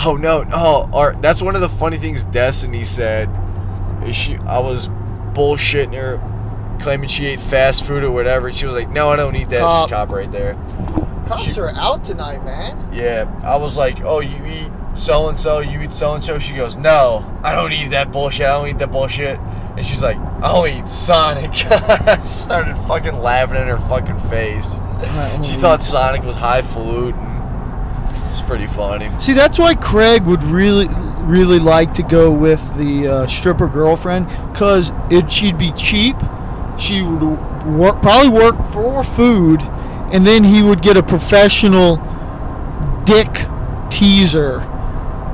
[SPEAKER 3] Oh no, oh, or that's one of the funny things Destiny said. Is she? I was bullshitting her, claiming she ate fast food or whatever. She was like, "No, I don't eat that."
[SPEAKER 7] Cop.
[SPEAKER 3] Just cop right there.
[SPEAKER 7] Cops are out tonight, man.
[SPEAKER 3] Yeah, I was like, "Oh, you eat so and so, you eat so and so." She goes, "No, I don't eat that bullshit. I don't eat that bullshit." And she's like, "I'll eat Sonic." I just started fucking laughing in her fucking face. She thought Sonic was highfalutin. It's pretty funny.
[SPEAKER 7] See, that's why Craig would really, really like to go with the uh, stripper girlfriend, cause if she'd be cheap, she would work probably work for food, and then he would get a professional dick teaser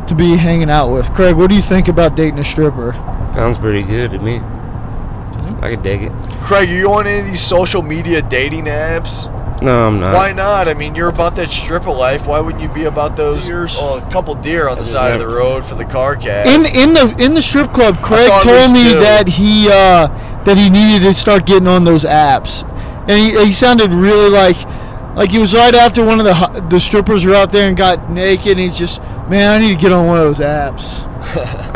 [SPEAKER 7] to be hanging out with. Craig, what do you think about dating a stripper?
[SPEAKER 5] Sounds pretty good to me.
[SPEAKER 7] Mm-hmm.
[SPEAKER 5] I could dig it.
[SPEAKER 3] Craig, are you on any of these social media dating apps?
[SPEAKER 5] No, I'm not.
[SPEAKER 3] Why not? I mean, you're about that stripper life. Why wouldn't you be about those
[SPEAKER 7] Deers.
[SPEAKER 3] oh, a couple deer on the
[SPEAKER 5] There's
[SPEAKER 3] side of
[SPEAKER 5] that-
[SPEAKER 3] the road for the car cast?
[SPEAKER 7] In in the in the strip club, Craig
[SPEAKER 3] saw
[SPEAKER 7] told
[SPEAKER 3] this
[SPEAKER 7] me
[SPEAKER 3] too.
[SPEAKER 7] that he uh, that he needed to start getting on those apps, and he, he sounded really like like he was right after one of the hu- the strippers were out there and got naked, and he's just man, I need to get on one of those apps.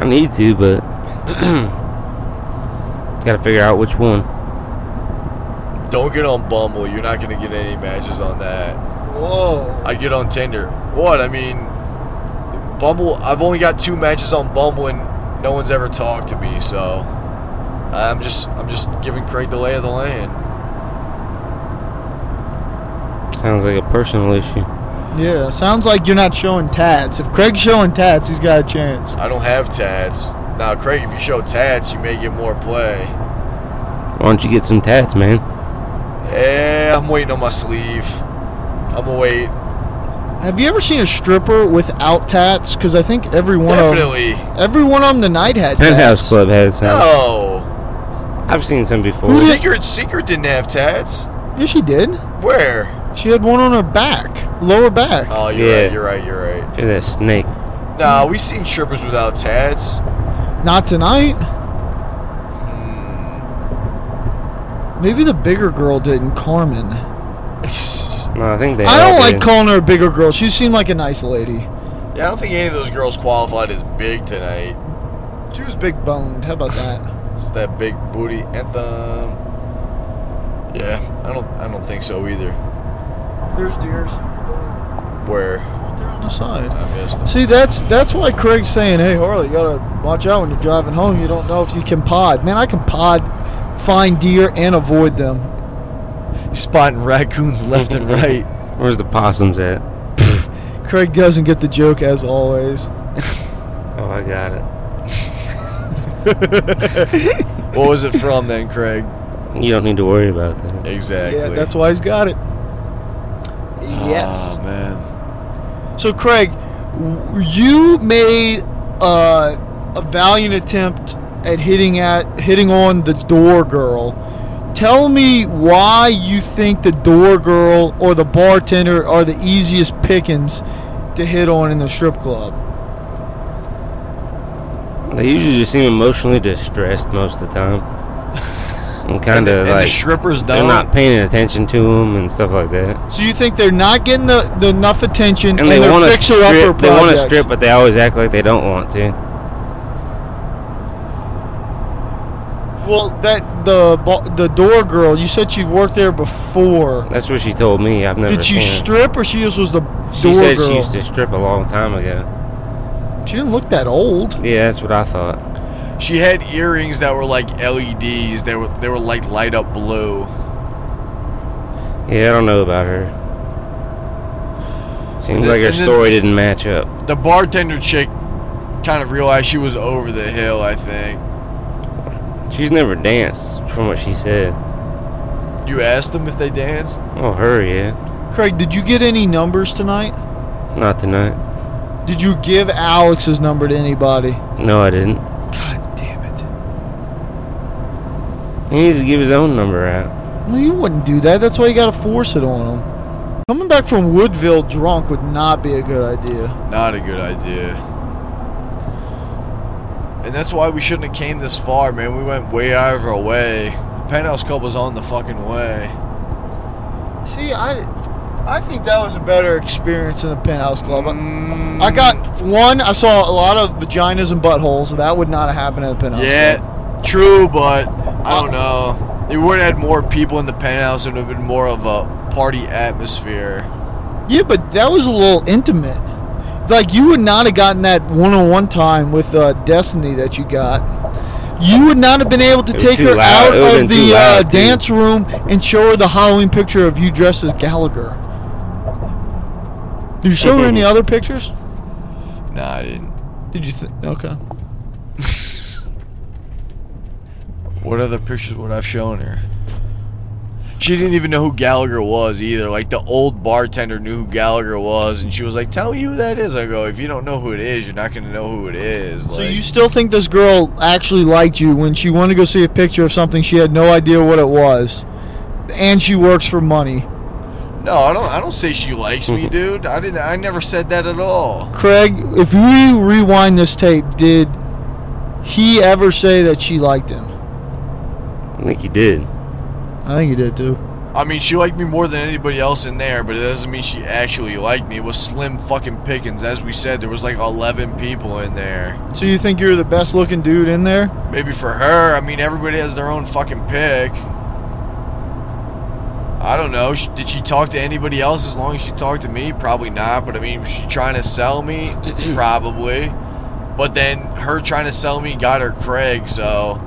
[SPEAKER 5] I need to, but gotta figure out which one.
[SPEAKER 3] Don't get on Bumble. You're not going to get any matches on that.
[SPEAKER 7] Whoa!
[SPEAKER 3] I'd get on Tinder. What? I mean, Bumble, I've only got two matches on Bumble and no one's ever talked to me, so I'm just I'm just giving Craig the lay of the land.
[SPEAKER 5] Sounds like a personal issue.
[SPEAKER 7] Yeah, sounds like you're not showing tats. If Craig's showing tats, he's got a chance.
[SPEAKER 3] I don't have tats. Now, Craig, if you show tats, you may get more play.
[SPEAKER 5] Why don't you get some tats, man?
[SPEAKER 3] Yeah, I'm waiting on my sleeve. I'm gonna wait.
[SPEAKER 7] Have you ever seen a stripper without tats? Because I think every one
[SPEAKER 3] Definitely.
[SPEAKER 7] of every one of them tonight had
[SPEAKER 5] Penthouse
[SPEAKER 7] tats.
[SPEAKER 5] Club had some.
[SPEAKER 3] No.
[SPEAKER 5] I've seen some before.
[SPEAKER 7] Who did-
[SPEAKER 3] Secret Secret didn't have tats.
[SPEAKER 7] Yeah, she did.
[SPEAKER 3] Where?
[SPEAKER 7] She had one on her back, lower back.
[SPEAKER 3] Oh, you're
[SPEAKER 5] Yeah.
[SPEAKER 3] right. You're right. You're right.
[SPEAKER 5] You're that snake.
[SPEAKER 3] Nah, we seen strippers without tats.
[SPEAKER 7] Not tonight.
[SPEAKER 3] Hmm.
[SPEAKER 7] Maybe the bigger girl didn't, Carmen.
[SPEAKER 5] No, I think they.
[SPEAKER 7] I
[SPEAKER 5] all
[SPEAKER 7] don't like
[SPEAKER 5] did.
[SPEAKER 7] calling her a bigger girl. She seemed like a nice lady.
[SPEAKER 3] yeah, I don't think any of those girls qualified as big tonight.
[SPEAKER 7] She was big boned. How about that?
[SPEAKER 3] It's that big booty anthem. Yeah, I don't. I don't think so either.
[SPEAKER 7] There's deers.
[SPEAKER 3] Where
[SPEAKER 7] Right there on the side.
[SPEAKER 3] I missed.
[SPEAKER 7] See, that's that's why Craig's saying, "Hey, Harley, you gotta watch out when you're driving home. You don't know if you can pod." Man, I can pod, find deer and avoid them.
[SPEAKER 3] Spotting raccoons left and right.
[SPEAKER 5] Where's the possums at?
[SPEAKER 7] Craig doesn't get the joke as always.
[SPEAKER 5] Oh, I got it.
[SPEAKER 3] What was it from then, Craig?
[SPEAKER 5] You don't need to worry about that.
[SPEAKER 3] Exactly.
[SPEAKER 7] Yeah, that's why he's got it.
[SPEAKER 3] Oh man.
[SPEAKER 7] So, Craig, w- you made uh, a valiant attempt at hitting at hitting on the door girl. Tell me why you think the door girl or the bartender are the easiest pickings to hit on in the strip club.
[SPEAKER 5] They usually just seem emotionally distressed most of the time. And kind
[SPEAKER 3] the,
[SPEAKER 5] of like
[SPEAKER 3] the strippers
[SPEAKER 5] they're
[SPEAKER 3] don't.
[SPEAKER 5] not paying attention to them and stuff like that.
[SPEAKER 7] So you think they're not getting the, the enough attention
[SPEAKER 5] And, they
[SPEAKER 7] they're
[SPEAKER 5] want to
[SPEAKER 7] fixer
[SPEAKER 5] strip.
[SPEAKER 7] upper
[SPEAKER 5] They want to
[SPEAKER 7] projects?
[SPEAKER 5] strip, but they always act like they don't want to.
[SPEAKER 7] Well, that the ba- the door girl. You said she worked there before.
[SPEAKER 5] That's what she told me. I've never.
[SPEAKER 7] Did she
[SPEAKER 5] seen her.
[SPEAKER 7] strip or she just was the
[SPEAKER 5] She
[SPEAKER 7] door
[SPEAKER 5] said
[SPEAKER 7] girl?
[SPEAKER 5] she used to strip a long time ago.
[SPEAKER 7] she didn't look that old.
[SPEAKER 5] Yeah, that's what I thought.
[SPEAKER 3] She had earrings that were like LEDs. They were they were like light up blue.
[SPEAKER 5] Yeah, I don't know about her. Seems
[SPEAKER 3] And
[SPEAKER 5] like her
[SPEAKER 3] then-
[SPEAKER 5] story didn't match up.
[SPEAKER 3] The bartender chick kind of realized she was over the hill. I think
[SPEAKER 5] She's never danced, from what she said.
[SPEAKER 3] you asked them if they danced.
[SPEAKER 5] Oh, her, yeah.
[SPEAKER 7] Craig, did you get any numbers tonight?
[SPEAKER 5] Not tonight.
[SPEAKER 7] Did you give Alex's number to anybody?
[SPEAKER 5] No, I didn't.
[SPEAKER 7] God damn it.
[SPEAKER 5] He needs to give his own number out.
[SPEAKER 7] Well, you wouldn't do that. That's why you gotta force it on him. Coming back from Woodville drunk would not be a good idea.
[SPEAKER 3] Not a good idea. And that's why we shouldn't have came this far, man. We went way out of our way. The penthouse club was on the fucking way.
[SPEAKER 7] See, I I think that was a better experience in the penthouse club. I,
[SPEAKER 3] Mm.
[SPEAKER 7] I got one, I saw a lot of vaginas and buttholes, so that would not have happened at the penthouse club.
[SPEAKER 3] Yeah, true, but I don't know. They would have had more people in the penthouse and it would have been more of a party atmosphere.
[SPEAKER 7] Yeah, but that was a little intimate. Like you would not have gotten that one-on-one time with uh, Destiny that you got. You would not have been able to
[SPEAKER 5] was
[SPEAKER 7] take
[SPEAKER 5] too
[SPEAKER 7] her
[SPEAKER 5] loud. It
[SPEAKER 7] out
[SPEAKER 5] would've
[SPEAKER 7] of
[SPEAKER 5] been too
[SPEAKER 7] the uh,
[SPEAKER 5] loud, too.
[SPEAKER 7] dance room and show her the Halloween picture of you dressed as Gallagher. Did you show her any other pictures?
[SPEAKER 3] Nah, I didn't.
[SPEAKER 7] Did you? Th- okay.
[SPEAKER 3] What other pictures would I have shown her? She didn't even know who Gallagher was either. Like the old bartender knew who Gallagher was, and she was like, "Tell me who that is." I go, "If you don't know who it is, you're not gonna know who it is." Like,
[SPEAKER 7] So you still think this girl actually liked you when she wanted to go see a picture of something she had no idea what it was, and she works for money.
[SPEAKER 3] no, I don't. I don't say she likes me, dude. I didn't. I never said that at all.
[SPEAKER 7] Craig, if we rewind this tape, did he ever say that she liked him?
[SPEAKER 5] I think he did.
[SPEAKER 7] I think he did too.
[SPEAKER 3] I mean, she liked me more than anybody else in there, but it doesn't mean she actually liked me. It was slim fucking pickings. As we said, there was like 11 people in there.
[SPEAKER 7] So you think you're the best looking dude in there?
[SPEAKER 3] Maybe for her, I mean, everybody has their own fucking pick. I don't know. Sh- Did she talk to anybody else as long as she talked to me? Probably not, but I mean, was she trying to sell me? Probably. But then her trying to sell me got her Craig, so.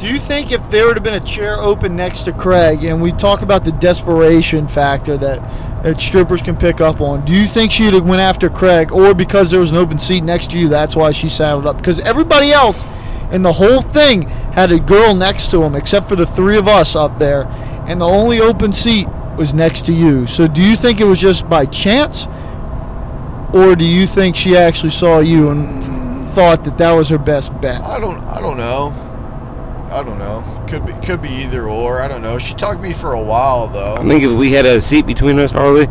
[SPEAKER 7] Do you think if there would have been a chair open next to Craig and we talk about the desperation factor that that strippers can pick up on. Do you think she'd have went after Craig, or because there was an open seat next to you, that's why she saddled up? Because everybody else in the whole thing had a girl next to him, except for the three of us up there, and the only open seat was next to you. So do you think it was just by chance, or do you think she actually saw you and thought that that was her best bet?
[SPEAKER 3] I don't. I don't know. I don't know. Could be. Could be either or. I don't know. She talked to me for a while though.
[SPEAKER 5] I think if we had a seat between us, Harley,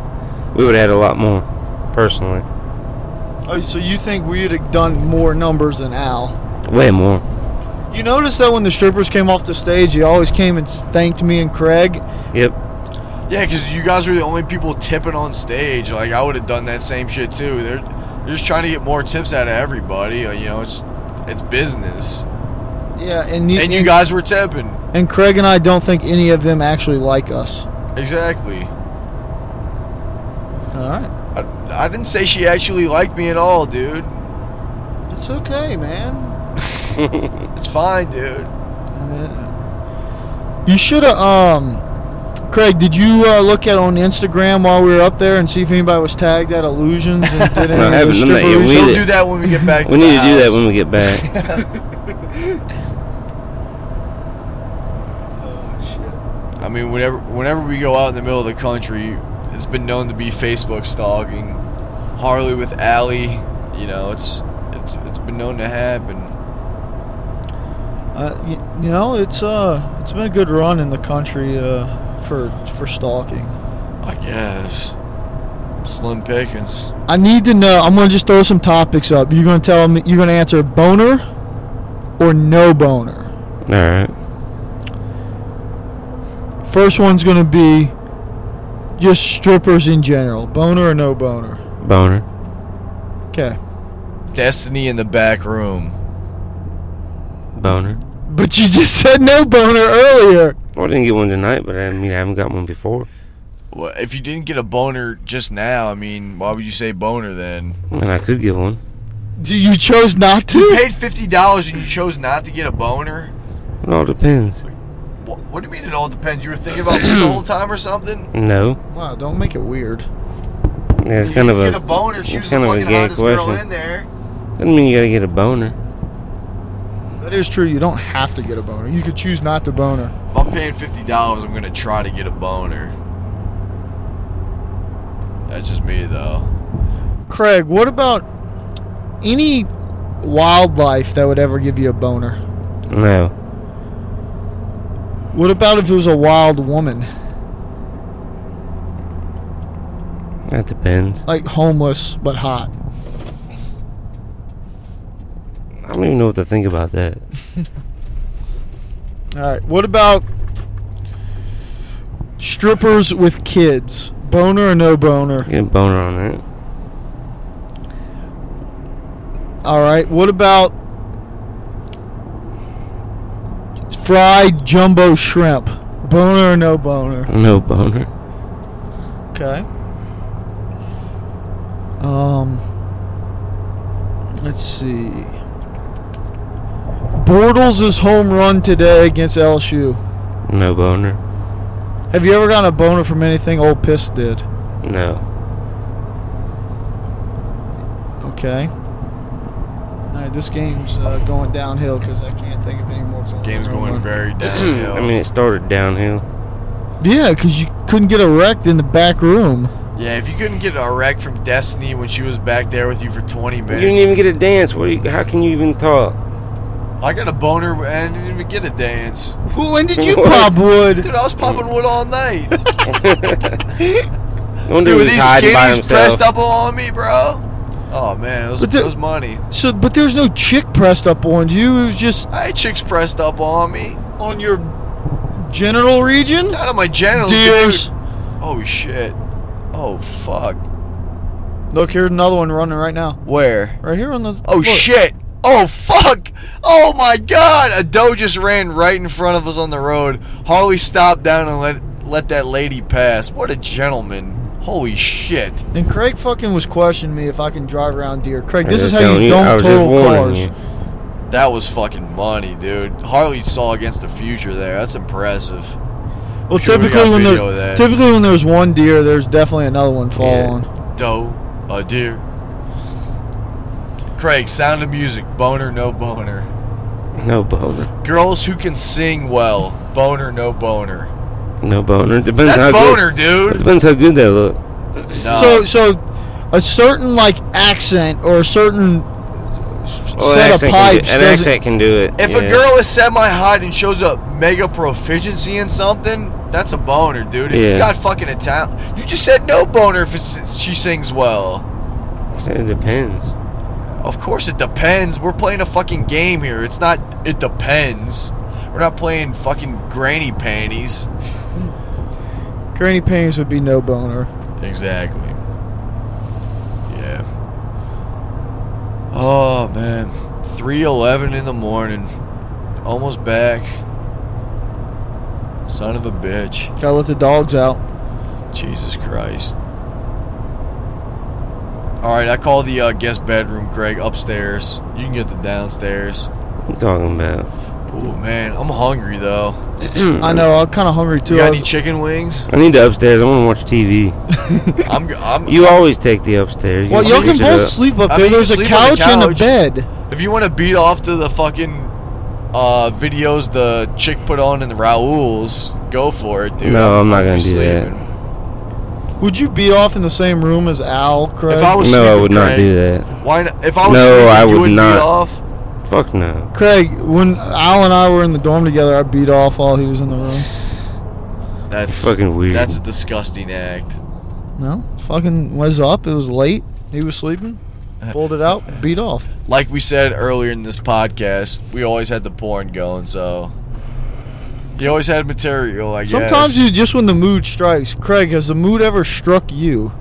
[SPEAKER 5] we would have had a lot more, personally.
[SPEAKER 7] Oh, so you think we'd have done more numbers than Al?
[SPEAKER 5] Way more.
[SPEAKER 7] You noticed that when the strippers came off the stage, they always came and thanked me and Craig.
[SPEAKER 5] Yep.
[SPEAKER 3] Yeah, because you guys were the only people tipping on stage. Like I would have done that same shit too. They're, they're just trying to get more tips out of everybody. Like, you know, it's it's business.
[SPEAKER 7] Yeah, and
[SPEAKER 3] And you guys were tipping
[SPEAKER 7] and Craig and I don't think any of them actually like us.
[SPEAKER 3] exactly.
[SPEAKER 7] All right,
[SPEAKER 3] I, I didn't say she actually liked me at all, dude.
[SPEAKER 7] it's okay, man.
[SPEAKER 3] It's fine, dude.
[SPEAKER 7] You should have. Um, Craig, did you uh, look at on Instagram while we were up there and see if anybody was tagged at illusions and did any
[SPEAKER 5] I
[SPEAKER 7] of the
[SPEAKER 5] haven't done that
[SPEAKER 7] stripper
[SPEAKER 5] yet.
[SPEAKER 7] research?
[SPEAKER 5] We
[SPEAKER 3] We'll
[SPEAKER 5] need
[SPEAKER 3] do
[SPEAKER 5] to-
[SPEAKER 3] that when we get back.
[SPEAKER 5] We
[SPEAKER 3] to
[SPEAKER 5] need
[SPEAKER 3] the
[SPEAKER 5] to do that
[SPEAKER 3] house.
[SPEAKER 5] when we get back.
[SPEAKER 3] I mean, whenever whenever we go out in the middle of the country, it's been known to be Facebook stalking. Harley with Allie, you know, it's it's it's been known to happen.
[SPEAKER 7] Uh, y- you know, it's uh, it's been a good run in the country uh, for for stalking.
[SPEAKER 3] I guess. Slim pickings.
[SPEAKER 7] I need to know. I'm gonna just throw some topics up. You're gonna tell me. You're gonna answer boner or no boner.
[SPEAKER 5] All right.
[SPEAKER 7] First one's gonna be just strippers in general, boner or no boner.
[SPEAKER 5] Boner.
[SPEAKER 7] Okay,
[SPEAKER 3] Destiny in the back room.
[SPEAKER 5] Boner.
[SPEAKER 7] but you just said no boner earlier.
[SPEAKER 5] Well, I didn't get one tonight, but I mean, I haven't got one before.
[SPEAKER 3] Well, if you didn't get a boner just now, I mean, why would you say boner then?
[SPEAKER 5] And I could get one.
[SPEAKER 7] Do you chose not
[SPEAKER 3] You
[SPEAKER 7] to?
[SPEAKER 3] paid fifty dollars and you chose not to get a boner.
[SPEAKER 5] It all depends.
[SPEAKER 3] What, what do you mean? It all depends. You were thinking about me the whole time or something.
[SPEAKER 5] No.
[SPEAKER 7] Wow, don't make it weird.
[SPEAKER 5] Yeah, it's
[SPEAKER 3] You
[SPEAKER 5] kind of
[SPEAKER 3] didn't
[SPEAKER 5] a.
[SPEAKER 3] get a boner. She
[SPEAKER 5] it's
[SPEAKER 3] was
[SPEAKER 5] kind
[SPEAKER 3] the
[SPEAKER 5] of a
[SPEAKER 3] fucking
[SPEAKER 5] gay
[SPEAKER 3] hottest girl
[SPEAKER 5] question.
[SPEAKER 3] in there.
[SPEAKER 5] Doesn't mean you gotta get a boner.
[SPEAKER 7] That is true. You don't have to get a boner. You could choose not to boner.
[SPEAKER 3] If I'm paying fifty dollars, I'm gonna try to get a boner. That's just me though.
[SPEAKER 7] Craig, what about any wildlife that would ever give you a boner?
[SPEAKER 5] No.
[SPEAKER 7] What about if it was a wild woman,
[SPEAKER 5] That depends.
[SPEAKER 7] like homeless but hot?
[SPEAKER 5] I don't even know what to think about that.
[SPEAKER 7] All right. What about strippers with kids? Boner or no boner?
[SPEAKER 5] Get a boner on that.
[SPEAKER 7] All right. What about fried jumbo shrimp? Boner or no boner?
[SPEAKER 5] No boner.
[SPEAKER 7] Okay. Um. Let's see. Bortles' home run today against LSU.
[SPEAKER 5] No boner.
[SPEAKER 7] Have you ever gotten a boner from anything old Piss did?
[SPEAKER 5] No.
[SPEAKER 7] Okay. All right, this game's uh, going downhill because I can't think of any more. This
[SPEAKER 3] Game's going very downhill.
[SPEAKER 5] I mean, it started downhill.
[SPEAKER 7] Yeah, because you couldn't get erect in the back room.
[SPEAKER 3] yeah, if you couldn't get a wreck from Destiny when she was back there with you for twenty
[SPEAKER 5] You
[SPEAKER 3] minutes,
[SPEAKER 5] didn't even get a dance. What? Are you, how can you even talk?
[SPEAKER 3] I got a boner and I didn't even get a dance.
[SPEAKER 7] When did you
[SPEAKER 5] What?
[SPEAKER 7] pop wood?
[SPEAKER 3] Dude, I was popping wood all night.
[SPEAKER 5] No wonder
[SPEAKER 3] Dude, were
[SPEAKER 5] he was
[SPEAKER 3] these
[SPEAKER 5] hiding by
[SPEAKER 3] skinnies
[SPEAKER 5] himself.
[SPEAKER 3] pressed up on me, bro? Oh man, it was,
[SPEAKER 7] But the-
[SPEAKER 3] it was money.
[SPEAKER 7] So, but there's no chick pressed up on you. It was just
[SPEAKER 3] I had chicks pressed up on me.
[SPEAKER 7] on your genital region.
[SPEAKER 3] Out of my genitals.
[SPEAKER 7] Deers.
[SPEAKER 3] dude. Oh shit. Oh fuck.
[SPEAKER 7] Look, here's another one running right now.
[SPEAKER 3] Where?
[SPEAKER 7] Right here on the.
[SPEAKER 3] Oh
[SPEAKER 7] look.
[SPEAKER 3] shit. Oh fuck. Oh my god. A doe just ran right in front of us on the road. Harley stopped down and let let that lady pass. What a gentleman. Holy shit.
[SPEAKER 7] And Craig fucking was questioning me if I can drive around deer. Craig,
[SPEAKER 5] I
[SPEAKER 7] this
[SPEAKER 5] was
[SPEAKER 7] is how
[SPEAKER 5] just telling
[SPEAKER 3] e-
[SPEAKER 7] you
[SPEAKER 5] I
[SPEAKER 7] don't
[SPEAKER 5] was just
[SPEAKER 7] total
[SPEAKER 5] warning
[SPEAKER 7] cars.
[SPEAKER 5] you.
[SPEAKER 3] That was fucking money, dude. Harley saw against the future there. That's impressive.
[SPEAKER 7] Well,
[SPEAKER 3] sure we
[SPEAKER 7] typically
[SPEAKER 3] got
[SPEAKER 7] when
[SPEAKER 3] video of
[SPEAKER 7] there
[SPEAKER 3] that.
[SPEAKER 7] typically when there's one deer, there's definitely another one following.
[SPEAKER 3] Doe, a deer. Craig, sound of music, boner, no boner.
[SPEAKER 5] No boner.
[SPEAKER 3] Girls who can sing well, boner, no boner.
[SPEAKER 5] No boner. Depends
[SPEAKER 3] That's
[SPEAKER 5] how
[SPEAKER 3] boner,
[SPEAKER 5] good.
[SPEAKER 3] dude.
[SPEAKER 5] Depends how good they look.
[SPEAKER 3] No.
[SPEAKER 7] So
[SPEAKER 5] Uh,
[SPEAKER 7] so a certain like accent or a certain
[SPEAKER 5] Well, an
[SPEAKER 7] set of
[SPEAKER 5] accent can do-
[SPEAKER 7] pipes
[SPEAKER 5] An
[SPEAKER 7] doesn't-
[SPEAKER 5] accent can do it.
[SPEAKER 3] if
[SPEAKER 5] yeah.
[SPEAKER 3] a girl is semi-hot and shows up mega proficiency in something, that's a boner, dude. If
[SPEAKER 5] Yeah.
[SPEAKER 3] you got fucking a talent, you just said no boner if it's, she sings well.
[SPEAKER 5] It depends.
[SPEAKER 3] Of course, it depends. We're playing a fucking game here. It's not. It depends. We're not playing fucking granny panties.
[SPEAKER 7] granny panties would be no boner.
[SPEAKER 3] Exactly. Yeah. Oh man, three eleven in the morning, almost back. Son of a bitch,
[SPEAKER 7] Gotta let the dogs
[SPEAKER 5] Mm-hmm.
[SPEAKER 7] out.
[SPEAKER 3] Jesus Christ. All right, I call the uh, guest bedroom, Craig, upstairs. You can get the downstairs.
[SPEAKER 5] What you talking about?
[SPEAKER 3] Oh man, I'm hungry though.
[SPEAKER 7] I know. I'm kind of hungry too.
[SPEAKER 3] You
[SPEAKER 7] I
[SPEAKER 3] got
[SPEAKER 7] was-
[SPEAKER 3] any chicken wings?
[SPEAKER 5] I need to upstairs. I want to watch TV.
[SPEAKER 3] I'm. I'm
[SPEAKER 5] You always take the upstairs.
[SPEAKER 7] well, y'all can
[SPEAKER 5] switch it
[SPEAKER 7] both
[SPEAKER 5] up.
[SPEAKER 7] sleep up there.
[SPEAKER 3] I mean, you
[SPEAKER 7] There's a
[SPEAKER 3] sleep on the
[SPEAKER 7] couch, and a
[SPEAKER 3] couch.
[SPEAKER 7] bed.
[SPEAKER 3] If you want to beat off to the fucking uh, videos the chick put on in the Raoul's, go for it, dude.
[SPEAKER 5] No, I'm not
[SPEAKER 3] I'll
[SPEAKER 5] gonna
[SPEAKER 3] be
[SPEAKER 5] do that.
[SPEAKER 3] sleeping.
[SPEAKER 7] Would you be off in the same room as Al, Craig?
[SPEAKER 3] If I was
[SPEAKER 5] No, I
[SPEAKER 3] sleeping,
[SPEAKER 5] would not
[SPEAKER 3] Craig,
[SPEAKER 5] do that.
[SPEAKER 3] Why? Not? If I was
[SPEAKER 5] No,
[SPEAKER 3] sleeping,
[SPEAKER 5] I
[SPEAKER 3] you
[SPEAKER 5] would
[SPEAKER 3] wouldn't
[SPEAKER 5] not.
[SPEAKER 3] beat off.
[SPEAKER 5] Fuck no.
[SPEAKER 7] Craig, when Al and I were in the dorm together, I beat off while he was in the room.
[SPEAKER 3] That's
[SPEAKER 5] fucking weird.
[SPEAKER 3] That's a disgusting act.
[SPEAKER 7] No, fucking was up. It was late. He was sleeping. Pulled it out. Beat off.
[SPEAKER 3] Like we said earlier in this podcast, we always had the porn going, so you always had material. I guess.
[SPEAKER 7] Sometimes you just when the mood strikes. Craig, has the mood ever struck you?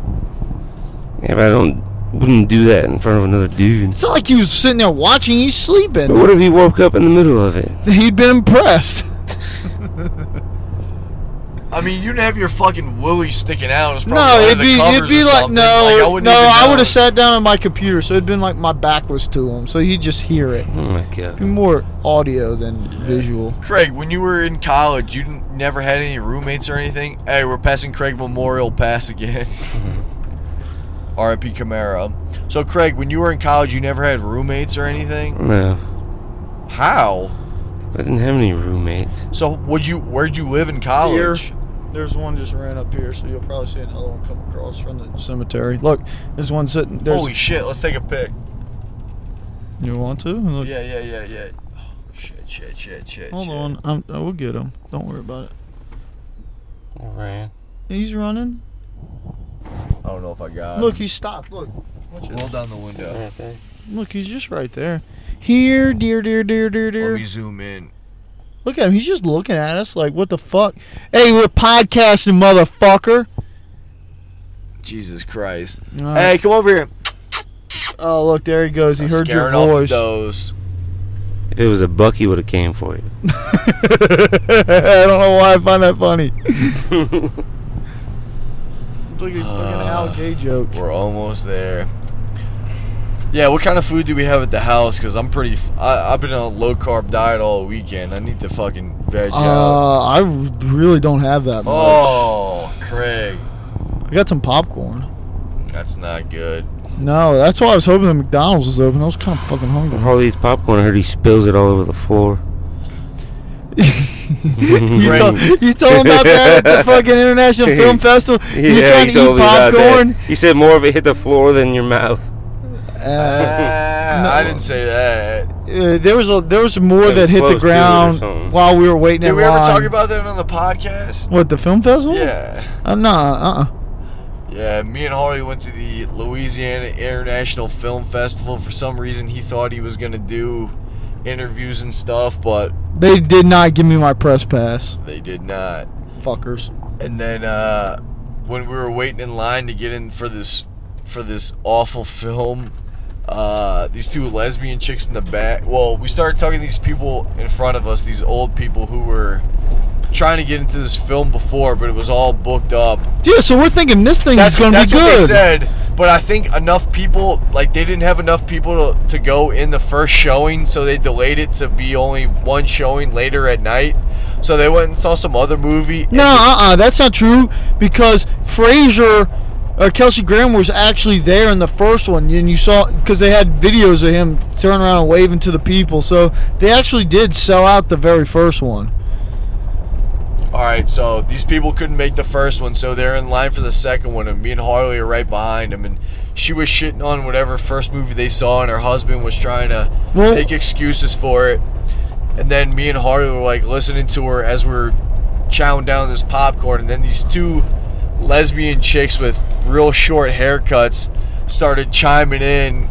[SPEAKER 5] Yeah, but I don't wouldn't do that in front of another dude.
[SPEAKER 7] It's not like he was sitting there watching. He's
[SPEAKER 5] But
[SPEAKER 7] sleeping.
[SPEAKER 5] what if he woke up in the middle of it?
[SPEAKER 7] He'd been impressed.
[SPEAKER 3] I mean, you didn't have your fucking willy sticking out. It's probably
[SPEAKER 7] No,
[SPEAKER 3] under
[SPEAKER 7] it'd
[SPEAKER 3] the
[SPEAKER 7] be it'd
[SPEAKER 3] covers
[SPEAKER 7] be
[SPEAKER 3] or
[SPEAKER 7] like
[SPEAKER 3] something. Like,
[SPEAKER 7] no,
[SPEAKER 3] wouldn't
[SPEAKER 7] no.
[SPEAKER 3] even
[SPEAKER 7] I
[SPEAKER 3] know.
[SPEAKER 7] would have sat down on my computer, so it'd been like my back was to him, so he'd just hear it.
[SPEAKER 5] Oh my
[SPEAKER 7] Be
[SPEAKER 5] god.
[SPEAKER 7] more audio than visual.
[SPEAKER 3] Craig, when you were in college, you didn't, never had any roommates or anything. Hey, we're passing Craig Memorial Pass again. R.I.P. Camaro. So, Craig, when you were in college, you never had roommates or anything.
[SPEAKER 5] No,
[SPEAKER 3] How?
[SPEAKER 5] I didn't have any roommates.
[SPEAKER 3] So, would you? Where'd you live in college?
[SPEAKER 7] Here. There's one just ran up here, so you'll probably see another one come across from the cemetery. Look, there's one sitting. There's,
[SPEAKER 3] Holy shit! Let's take a pic.
[SPEAKER 7] you want to? Look,
[SPEAKER 3] Yeah, yeah, yeah, yeah. Oh, shit, shit, shit, shit.
[SPEAKER 7] hold
[SPEAKER 3] shit.
[SPEAKER 7] on, I'm, I will get him. Don't worry about it.
[SPEAKER 5] Right.
[SPEAKER 7] He's running.
[SPEAKER 3] I don't know if I got.
[SPEAKER 7] Look,
[SPEAKER 3] him.
[SPEAKER 7] he stopped. Look, Watch it.
[SPEAKER 3] roll down the window.
[SPEAKER 7] look, he's just right there. Here, dear, dear, dear, dear,
[SPEAKER 3] Let
[SPEAKER 7] dear.
[SPEAKER 3] me zoom in.
[SPEAKER 7] Look at him. He's just looking at us like, what the fuck? Hey, we're podcasting, motherfucker.
[SPEAKER 3] Jesus Christ!
[SPEAKER 7] All
[SPEAKER 3] Hey,
[SPEAKER 7] right.
[SPEAKER 3] come over here.
[SPEAKER 7] Oh, look, there he goes. He heard your
[SPEAKER 3] Scaring off the
[SPEAKER 7] voice.
[SPEAKER 3] does.
[SPEAKER 5] If it was a buck, he would have came for you.
[SPEAKER 7] I don't know why I find that funny. It's like a fucking Al
[SPEAKER 3] Uh,
[SPEAKER 7] Gay joke.
[SPEAKER 3] We're almost there. Yeah, what kind of food do we have at the house? Because I'm pretty. F- I, I've been on a low carb diet all weekend. I need to fucking veg out.
[SPEAKER 7] Uh, I really don't have that much.
[SPEAKER 3] Oh, Craig.
[SPEAKER 7] I got some popcorn.
[SPEAKER 3] That's not good.
[SPEAKER 7] No, that's why I was hoping the McDonald's was open. I was kind of fucking hungry.
[SPEAKER 5] All these popcorn, I heard he spills it all over the floor.
[SPEAKER 7] You told, you told him about that at the fucking International Film Festival. you trying to eat popcorn?
[SPEAKER 5] He said more of it hit the floor than your mouth.
[SPEAKER 7] Uh,
[SPEAKER 3] Ah, I didn't say that.
[SPEAKER 7] uh, there was a, there was more
[SPEAKER 5] It was
[SPEAKER 7] that hit
[SPEAKER 5] close to
[SPEAKER 7] the
[SPEAKER 5] it or something.
[SPEAKER 7] ground while we were waiting
[SPEAKER 3] Did
[SPEAKER 7] in
[SPEAKER 3] we ever
[SPEAKER 7] line.
[SPEAKER 3] talk about that on the podcast?
[SPEAKER 7] what the film festival?
[SPEAKER 3] Yeah.
[SPEAKER 7] Uh, nah, uh. uh
[SPEAKER 3] Yeah, me and Harley went to the Louisiana International Film Festival. For some reason, he thought he was going to do interviews and stuff, but
[SPEAKER 7] They did not give me my press pass,
[SPEAKER 3] they did not.
[SPEAKER 7] fuckers.
[SPEAKER 3] and then uh, when we were waiting in line to get in for this for this awful film uh, these two lesbian chicks in the back well we started talking to these people in front of us these old people who were trying to get into this film before but it was all booked up
[SPEAKER 7] Yeah, so we're thinking this thing is going to be
[SPEAKER 3] that's what they
[SPEAKER 7] good.
[SPEAKER 3] said but i think enough people like they didn't have enough people to, to go in the first showing so they delayed it to be only one showing later at night So they went and saw some other movie. and
[SPEAKER 7] No, uh, uh that's not true because Fraser, uh, Kelsey Grammer was actually there in the first one, and you saw because they had videos of him turning around and waving to the people. So they actually did sell out the very first one.
[SPEAKER 3] All right, so these people couldn't make the first one, so they're in line for the second one, and me and Harley are right behind them. And she was shitting on whatever first movie they saw, and her husband was trying to
[SPEAKER 7] Well-
[SPEAKER 3] make excuses for it. And then me and Harley were like listening to her as we were chowing down this popcorn, and then these two lesbian chicks with real short haircuts started chiming in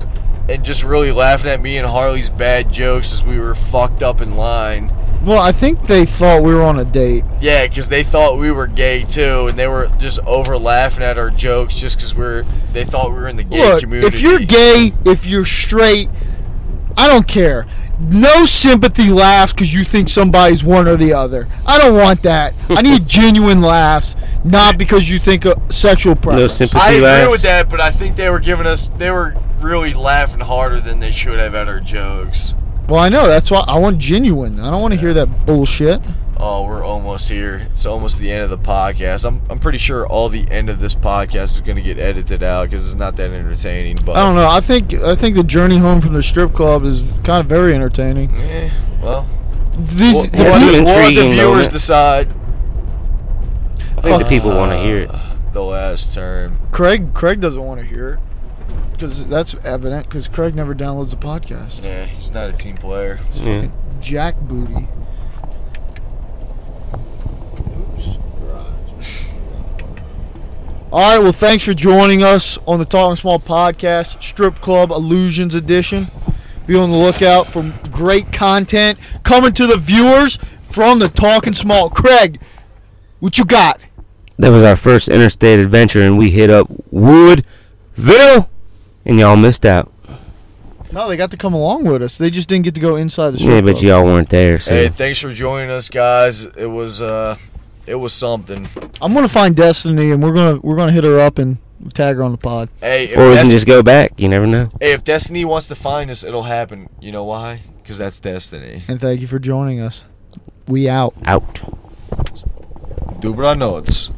[SPEAKER 3] and just really laughing at me and Harley's bad jokes as we were fucked up in line.
[SPEAKER 7] Well, I think they thought we were on a date.
[SPEAKER 3] Yeah, because they thought we were gay too, and they were just over laughing at our jokes just because we're. They thought we were in the gay
[SPEAKER 7] Look,
[SPEAKER 3] community.
[SPEAKER 7] if you're gay, if you're straight, I don't care. No sympathy laughs because you think somebody's one or the other. I don't want that. I need genuine laughs, not because you think a sexual preference.
[SPEAKER 5] No sympathy
[SPEAKER 3] I agree
[SPEAKER 5] laughs.
[SPEAKER 3] with that, but I think they were giving us. They were really laughing harder than they should have at our jokes.
[SPEAKER 7] Well, I know. That's why I want genuine. I don't want to hear that bullshit.
[SPEAKER 3] Oh, we're almost here. It's almost the end of the podcast. I'm, I'm pretty sure all the end of this podcast is going to get edited out because it's not that entertaining. But
[SPEAKER 7] I don't know. I think I think the journey home from the strip club is kind of very entertaining.
[SPEAKER 3] Eh, well,
[SPEAKER 7] These
[SPEAKER 3] we'll,
[SPEAKER 7] the
[SPEAKER 3] we'll let
[SPEAKER 5] an
[SPEAKER 3] the- we'll let the
[SPEAKER 5] intriguing
[SPEAKER 3] viewers
[SPEAKER 5] moment.
[SPEAKER 3] decide
[SPEAKER 5] I think the
[SPEAKER 7] Fuck.
[SPEAKER 5] people want to hear it.
[SPEAKER 3] the last term.
[SPEAKER 7] Craig Craig doesn't want to hear it because that's evident because Craig never downloads the podcast.
[SPEAKER 3] Yeah, he's not a team player.
[SPEAKER 5] Yeah.
[SPEAKER 7] Jack Booty. All right, well, thanks for joining us on the Talking Small podcast, Strip Club Illusions Edition. Be on the lookout for great content coming to the viewers from the Talking Small. Craig, what you got?
[SPEAKER 5] That was our first interstate adventure, and we hit up Woodville, and y'all missed out.
[SPEAKER 7] No, they got to come along with us. They just didn't get to go inside the strip
[SPEAKER 5] Yeah, but
[SPEAKER 7] club.
[SPEAKER 5] y'all weren't there, so
[SPEAKER 3] Hey, thanks for joining us, guys. It was uh, it was something.
[SPEAKER 7] I'm gonna find Destiny, and we're gonna we're gonna hit her up and tag her on the pod.
[SPEAKER 3] Hey, if,
[SPEAKER 5] or we can
[SPEAKER 3] Desti-
[SPEAKER 5] just go back. You never know.
[SPEAKER 3] hey, if Destiny wants to find us, it'll happen. You know why? Because that's Destiny.
[SPEAKER 7] And thank you for joining us. We out.
[SPEAKER 5] Out.
[SPEAKER 3] Dobra noc.